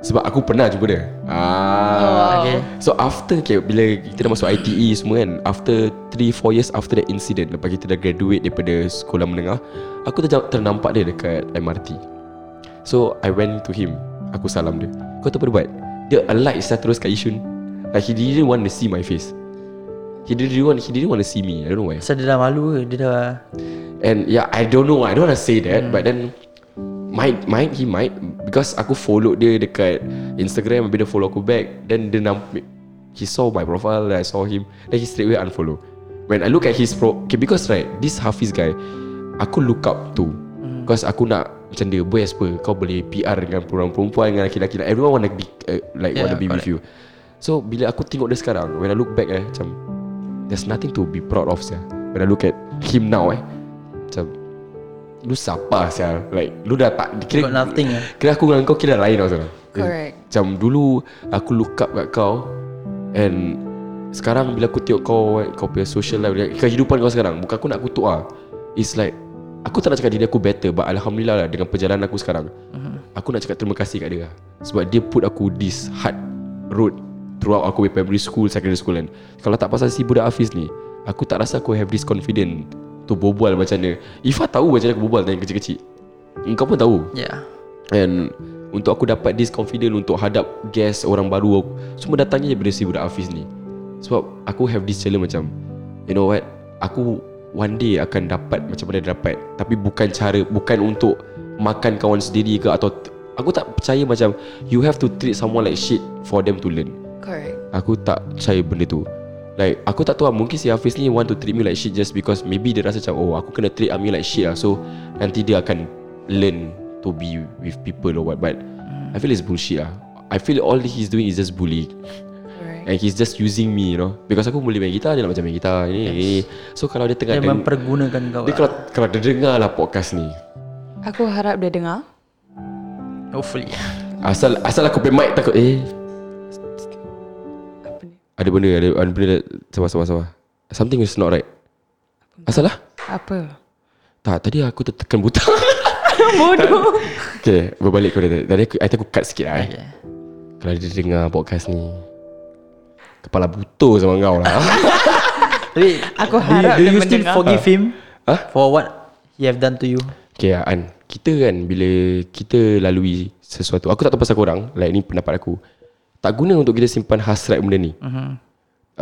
Speaker 1: Sebab aku pernah jumpa dia ah.
Speaker 2: Okay.
Speaker 1: So after okay, Bila kita dah masuk ITE semua kan After 3-4 years after that incident Lepas kita dah graduate daripada sekolah menengah Aku terja- ternampak dia dekat MRT So I went to him Aku salam dia Kau tahu apa dia buat? Dia alight secara terus kat Yishun Like he didn't want to see my face He didn't want He didn't want to see me I don't know why
Speaker 2: Pasal dia dah malu ke? Dia dah
Speaker 1: And yeah, I don't know. I don't want to say that, but then might might he might because aku follow dia dekat Instagram habis dia follow aku back then dia nampak he saw my profile then I saw him then he straight away unfollow when I look at his pro okay, because right this Hafiz guy aku look up to because aku nak macam dia best apa kau boleh PR dengan perempuan-perempuan dengan lelaki-lelaki like, everyone wanna be uh, like yeah,
Speaker 2: Yeah,
Speaker 1: wanna be with you so bila aku tengok dia sekarang when I look back eh macam there's nothing to be proud of sia when I look at him now eh macam Lu siapa sia Like Lu dah tak kira,
Speaker 2: got nothing eh.
Speaker 1: Kira aku dengan kau Kira lain tau sekarang Eh,
Speaker 4: Correct.
Speaker 1: Macam dulu Aku look up kat kau And Sekarang bila aku tengok kau eh, Kau punya social life like, Kehidupan kau sekarang Bukan aku nak kutuk lah It's like Aku tak nak cakap diri aku better But Alhamdulillah lah Dengan perjalanan aku sekarang Aku nak cakap terima kasih kat dia lah. Sebab dia put aku This hard road Throughout aku punya primary school Secondary school kan Kalau tak pasal si budak Hafiz ni Aku tak rasa aku have this confident Tu berbual macam mana Ifah tahu macam mana aku berbual Dengan kecil-kecil Kau pun tahu
Speaker 2: Yeah.
Speaker 1: And untuk aku dapat this confident untuk hadap guest orang baru aku, semua datangnya daripada si budak Hafiz ni. Sebab aku have this challenge macam you know what? Aku one day akan dapat macam mana dia dapat tapi bukan cara bukan untuk makan kawan sendiri ke atau t- Aku tak percaya macam You have to treat someone like shit For them to learn
Speaker 4: Correct.
Speaker 1: Aku tak percaya benda tu Like aku tak tahu lah Mungkin si Hafiz ni Want to treat me like shit Just because Maybe dia rasa macam Oh aku kena treat Ami like shit lah So nanti dia akan Learn To be with people or what But I feel it's bullshit lah I feel all he's doing Is just bullying
Speaker 4: Alright.
Speaker 1: And he's just using me you know Because aku boleh main gitar Dia nak macam main gitar ini, yes. ini. So kalau dia tengah
Speaker 2: Dia
Speaker 1: deng-
Speaker 2: mempergunakan kau
Speaker 1: Dia
Speaker 2: lah.
Speaker 1: kalau, kalau dia dengar lah podcast ni
Speaker 4: Aku harap dia dengar.
Speaker 2: Hopefully
Speaker 1: Asal asal aku pakai mic takut Eh
Speaker 4: Apa ni?
Speaker 1: Ada benda Ada, ada benda dah- Sabar sabar sabar Something is not right Asal lah
Speaker 4: Apa?
Speaker 1: Tak tadi aku tertekan buta Bodoh Okay berbalik kepada tadi Tadi aku, tadi aku cut sikit lah eh. okay. Kalau dia dengar podcast ni Kepala butuh sama kau lah
Speaker 2: Tapi
Speaker 5: Aku
Speaker 2: do you,
Speaker 5: harap
Speaker 2: do
Speaker 5: dia
Speaker 2: you still
Speaker 5: mendengar.
Speaker 2: forgive him
Speaker 1: Hah?
Speaker 2: For what he have done to you
Speaker 1: Okay An Kita kan bila kita lalui sesuatu Aku tak tahu pasal korang Like ni pendapat aku Tak guna untuk kita simpan hasrat benda ni uh-huh.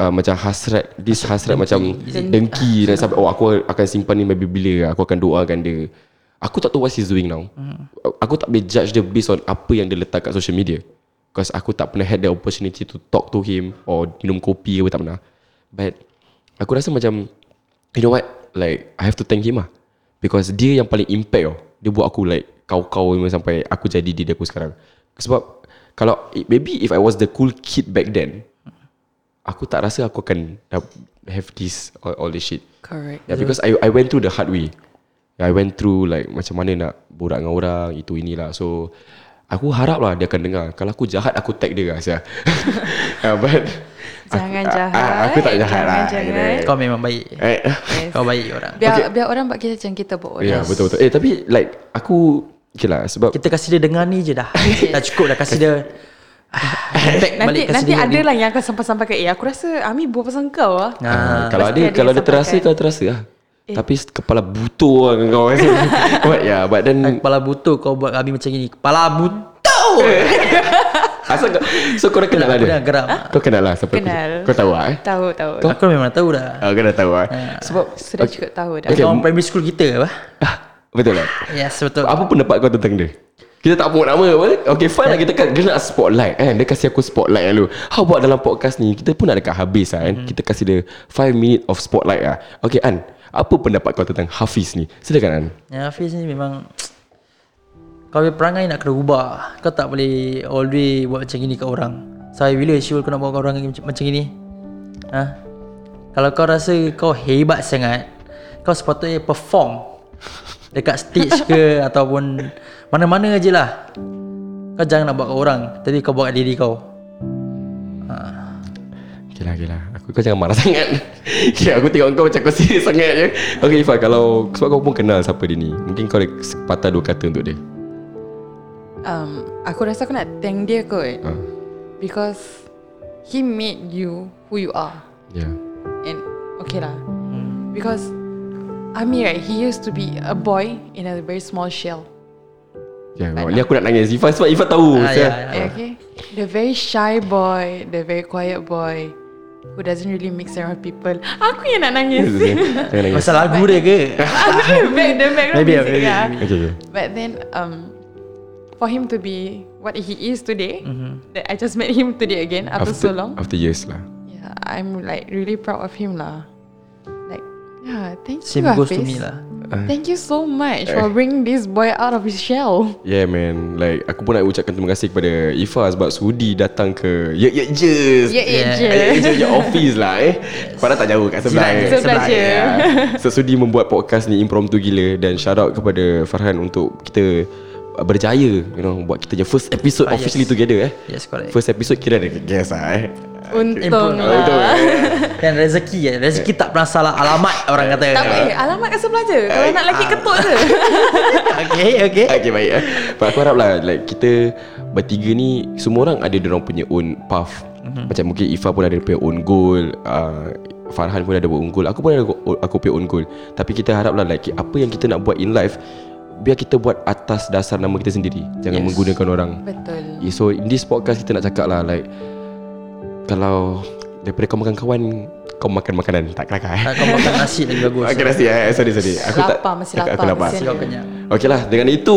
Speaker 1: uh, Macam hasrat This hasrat macam Dengki dan sampai, Oh aku akan simpan ni maybe bila Aku akan doakan dia Aku tak tahu what he's doing now uh-huh. Aku tak boleh judge dia based on Apa yang dia letak kat social media Because aku tak pernah had the opportunity To talk to him Or minum kopi ke apa tak pernah But Aku rasa macam you know what like I have to thank him lah because dia yang paling impact oh dia buat aku like kau-kau memang sampai aku jadi diri aku sekarang sebab kalau maybe if I was the cool kid back then aku tak rasa aku akan dah have this all, all this shit
Speaker 4: Correct.
Speaker 1: yeah, because I I went through the hard way yeah, I went through like macam mana nak borak dengan orang itu inilah so aku harap lah dia akan dengar kalau aku jahat aku tag dia lah Syah. yeah, but
Speaker 5: Jangan
Speaker 1: aku,
Speaker 5: jahat.
Speaker 1: ah, aku tak jahat lah
Speaker 5: Jangan
Speaker 1: Gitu.
Speaker 2: Kau memang baik
Speaker 1: Eh.
Speaker 2: Kau baik orang
Speaker 4: Biar okay. biar orang buat kita macam kita buat
Speaker 5: Oh,
Speaker 4: orang.
Speaker 1: Ya yeah, betul-betul Eh tapi like Aku Okay lah sebab
Speaker 2: Kita kasih dia dengar ni je dah Dah cukup dah kasih dia Back
Speaker 5: Nanti,
Speaker 2: balik kasih
Speaker 5: nanti
Speaker 2: dia
Speaker 5: ada
Speaker 2: ni.
Speaker 5: lah yang akan sampai-sampai ke Eh aku rasa Ami buat pasal kau lah
Speaker 1: uh,
Speaker 2: Ah,
Speaker 1: Kalau
Speaker 5: pasti
Speaker 1: ada
Speaker 5: ada
Speaker 1: Kalau
Speaker 5: yang
Speaker 1: dia terasa
Speaker 5: sampaikan.
Speaker 1: Kalau terasa lah eh. Tapi s- kepala butuh lah dengan kau rasa But yeah But then
Speaker 2: Kepala butuh kau buat kami macam gini Kepala butuh
Speaker 1: Asal kau Ah, So korang kenal lah
Speaker 2: Aku dah
Speaker 1: dia
Speaker 2: geram
Speaker 1: Kau kenal lah siapa aku-
Speaker 5: Kenal.
Speaker 1: Kau tahu lah eh
Speaker 5: Tahu tahu
Speaker 1: Kau-
Speaker 2: Aku memang tahu dah
Speaker 1: oh, Kau dah tahu lah Sebab
Speaker 5: Sudah
Speaker 1: okay.
Speaker 5: cukup tahu dah
Speaker 1: Okay.
Speaker 2: Kau orang primary school kita apa
Speaker 1: Ah, Betul lah
Speaker 2: Yes betul
Speaker 1: Apa pendapat kau tentang dia kita tak sebut nama apa Okay fine lah kita kan Dia nak spotlight kan Dia kasih aku spotlight dulu How about dalam podcast ni Kita pun nak dekat habis lah kan Kita kasih dia 5 minute of spotlight lah Okay An Apa pendapat kau tentang Hafiz ni Silakan An
Speaker 2: Ya Hafiz ni memang Kau punya perangai nak kena ubah Kau tak boleh all the way buat macam gini kat orang Sampai bila Syul kau nak buat kat orang macam, macam gini ha? Kalau kau rasa kau hebat sangat Kau sepatutnya perform Dekat stage ke ataupun Mana-mana je lah Kau jangan nak buat kat orang Tapi kau buat kat diri kau
Speaker 1: Okay lah, okay lah. Aku kau jangan marah sangat. okay, aku tengok kau macam kau serius sangat je. Okay, Ifah, kalau sebab kau pun kenal siapa dia ni. Mungkin kau ada sepatah dua kata untuk dia.
Speaker 4: Um, aku rasa aku nak thank dia kot
Speaker 1: Ha.
Speaker 4: because he made you who you are.
Speaker 1: Ya. Yeah.
Speaker 4: And okay lah.
Speaker 2: Hmm.
Speaker 4: Because Ami right, he used to be a boy in a very small shell.
Speaker 1: Ya, yeah, ni aku nak nangis Ifah sebab Ifah tahu.
Speaker 2: Ah, ya,
Speaker 1: saya-
Speaker 2: ya.
Speaker 4: Okay. The very shy boy, the very quiet boy who doesn't really mix around people. Aku yang nak nangis.
Speaker 1: Jangan nangis.
Speaker 2: Pasal lagu dia ke
Speaker 4: Back the background
Speaker 2: Maybe,
Speaker 4: music
Speaker 2: maybe,
Speaker 4: lah.
Speaker 2: maybe.
Speaker 1: Okay, okay.
Speaker 4: But then um for him to be what he is today,
Speaker 2: Mm-hmm.
Speaker 4: that I just met him today again after, so long.
Speaker 1: After years lah.
Speaker 4: Yeah, I'm like really proud of him lah. Like yeah, thank
Speaker 2: Same
Speaker 4: you
Speaker 2: goes to me
Speaker 4: Hafiz.
Speaker 2: lah
Speaker 1: Uh.
Speaker 4: Thank you so much
Speaker 1: Eh.
Speaker 4: for bringing this boy out of his shell.
Speaker 1: Yeah Ya, man Like aku pun nak ucapkan terima kasih kepada Ifah Sebab sudi datang ke Ya, Ye Ye Je
Speaker 4: Yeah, yeah,
Speaker 2: Yeah.
Speaker 4: je.
Speaker 1: Eh, je je office lah eh Padahal tak jauh kat sebelah
Speaker 2: Sebelah
Speaker 1: eh.
Speaker 2: je,
Speaker 4: sebelah je.
Speaker 1: ya. So Sudi membuat podcast ni impromptu gila Dan shout out kepada Farhan untuk kita uh, berjaya You know Buat kita je first episode
Speaker 2: Ah,
Speaker 1: officially
Speaker 2: yes.
Speaker 1: together eh
Speaker 2: Yes correct
Speaker 1: First episode kira ada guest lah eh
Speaker 4: Untung
Speaker 2: Improve.
Speaker 1: Oh, itu,
Speaker 4: lah.
Speaker 1: eh.
Speaker 2: Kan rezeki eh Rezeki tak pernah salah alamat orang kata
Speaker 4: Tak apa, eh, alamat kat sebelah je. Kalau nak lagi ketuk je.
Speaker 2: Okay okay
Speaker 1: Okay baik eh. But aku harap lah like, Kita bertiga ni Semua orang ada orang punya own path mm-hmm. Macam mungkin Ifah pun ada dia punya own goal uh, Farhan pun ada punya own goal Aku pun ada aku, aku punya own goal Tapi kita harap lah like, Apa yang kita nak buat in life Biar kita buat atas dasar nama kita sendiri Jangan yes. menggunakan orang
Speaker 4: Betul.
Speaker 1: Yeah, So in this podcast kita nak cakap lah like Kalau daripada kau makan kawan kau makan makanan Tak kelakar eh
Speaker 2: Tak Kan kau makan nasi lagi bagus
Speaker 1: Makan nasi eh Sorry sorry Aku tak
Speaker 5: Lapar, masih
Speaker 1: aku-
Speaker 5: lapar,
Speaker 1: Aku lapar
Speaker 5: kesian.
Speaker 2: Kau kenyang
Speaker 1: Okey lah Dengan itu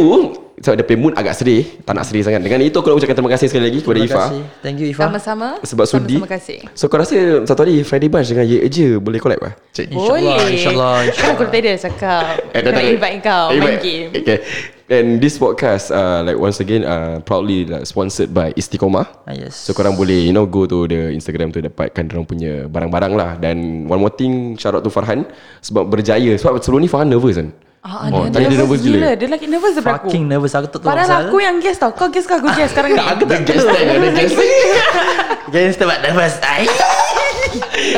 Speaker 1: Sebab dia punya mood agak sedih Tak nak sedih sangat Dengan itu aku nak ucapkan terima kasih sekali lagi Kepada
Speaker 2: Terima
Speaker 1: Ifah
Speaker 2: kasih Thank you Ifah
Speaker 4: Sama-sama.
Speaker 1: Sebab sudi
Speaker 4: Sama-sama kasih.
Speaker 1: So kau rasa Satu hari Friday Bunch Dengan Ye Eja Boleh collab lah Cik
Speaker 5: Oh,
Speaker 2: InsyaAllah InsyaAllah
Speaker 5: Kan aku tadi dah cakap
Speaker 1: Eh,
Speaker 5: Aku nak invite kau Main game
Speaker 1: Okay And this podcast uh, Like once again uh, Proudly like, sponsored by Istiqomah
Speaker 2: Ah, Yes
Speaker 1: So korang boleh You know go to the Instagram tu Dapatkan dorang punya Barang-barang lah Dan one more thing Shout out to Farhan Sebab berjaya Sebab sebelum ni Farhan nervous kan
Speaker 4: Ah,
Speaker 1: oh, Tadi dia nervous gila
Speaker 5: Dia lagi nervous daripada aku
Speaker 2: Fucking nervous Aku tak tahu
Speaker 5: Padahal aku yang guess tau Kau guess ke aku guess sekarang ni
Speaker 1: Aku tak guess tak Ada guess
Speaker 2: Gangster but nervous Ay.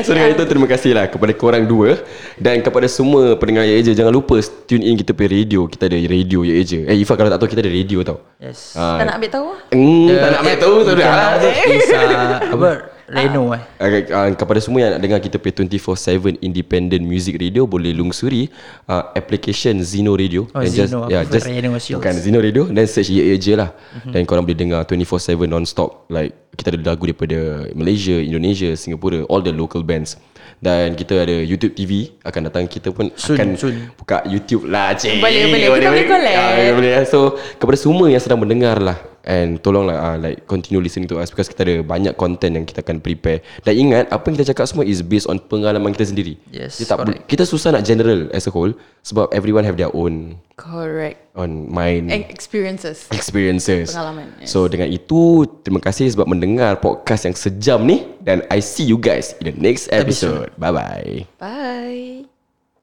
Speaker 1: So dengan itu terima kasih lah Kepada korang dua Dan kepada semua pendengar Ye Eja Jangan lupa tune in kita punya radio Kita ada radio Ye Eja Eh Ifah kalau tak tahu Kita ada radio tau
Speaker 2: Yes
Speaker 1: Ah,
Speaker 4: Tak nak ambil tahu?
Speaker 2: Eh,
Speaker 1: Hmm, tak nak ambil tahu tu
Speaker 2: Ikan
Speaker 1: dah.
Speaker 2: apa is, ah, Apa Reno eh
Speaker 1: Okay, uh, kepada semua yang nak dengar kita punya 24/7 independent music radio boleh lungsuri uh, application Zino Radio
Speaker 2: Oh,
Speaker 1: And
Speaker 2: Zeno. Aku
Speaker 1: yeah,
Speaker 2: fikir
Speaker 1: just
Speaker 2: Radio Shields.
Speaker 1: bukan Zino Radio dan search ye je lah mm-hmm.
Speaker 2: Mhm.
Speaker 1: dan korang boleh dengar 24/7 non-stop like kita ada lagu daripada Malaysia, Indonesia, Singapura, all the local bands dan kita ada YouTube TV akan datang kita pun
Speaker 2: Soon,
Speaker 1: akan
Speaker 2: soon.
Speaker 1: buka YouTube lah cik
Speaker 5: Boleh, boleh. Kita boleh collab.
Speaker 1: Ah, boleh eh. So kepada semua yang sedang mendengar lah And tolonglah uh, like continue listening to us Because kita ada banyak content yang kita akan prepare Dan ingat apa yang kita cakap semua is based on pengalaman kita sendiri
Speaker 2: Yes,
Speaker 1: kita, tak
Speaker 2: correct.
Speaker 1: boleh- kita susah nak general as a whole Sebab everyone have their own
Speaker 4: Correct.
Speaker 1: on mind
Speaker 4: And experiences.
Speaker 1: experiences
Speaker 4: Pengalaman, yes.
Speaker 1: So dengan itu terima kasih sebab mendengar podcast yang sejam ni Dan I see you guys in the next episode Bye bye
Speaker 4: Bye.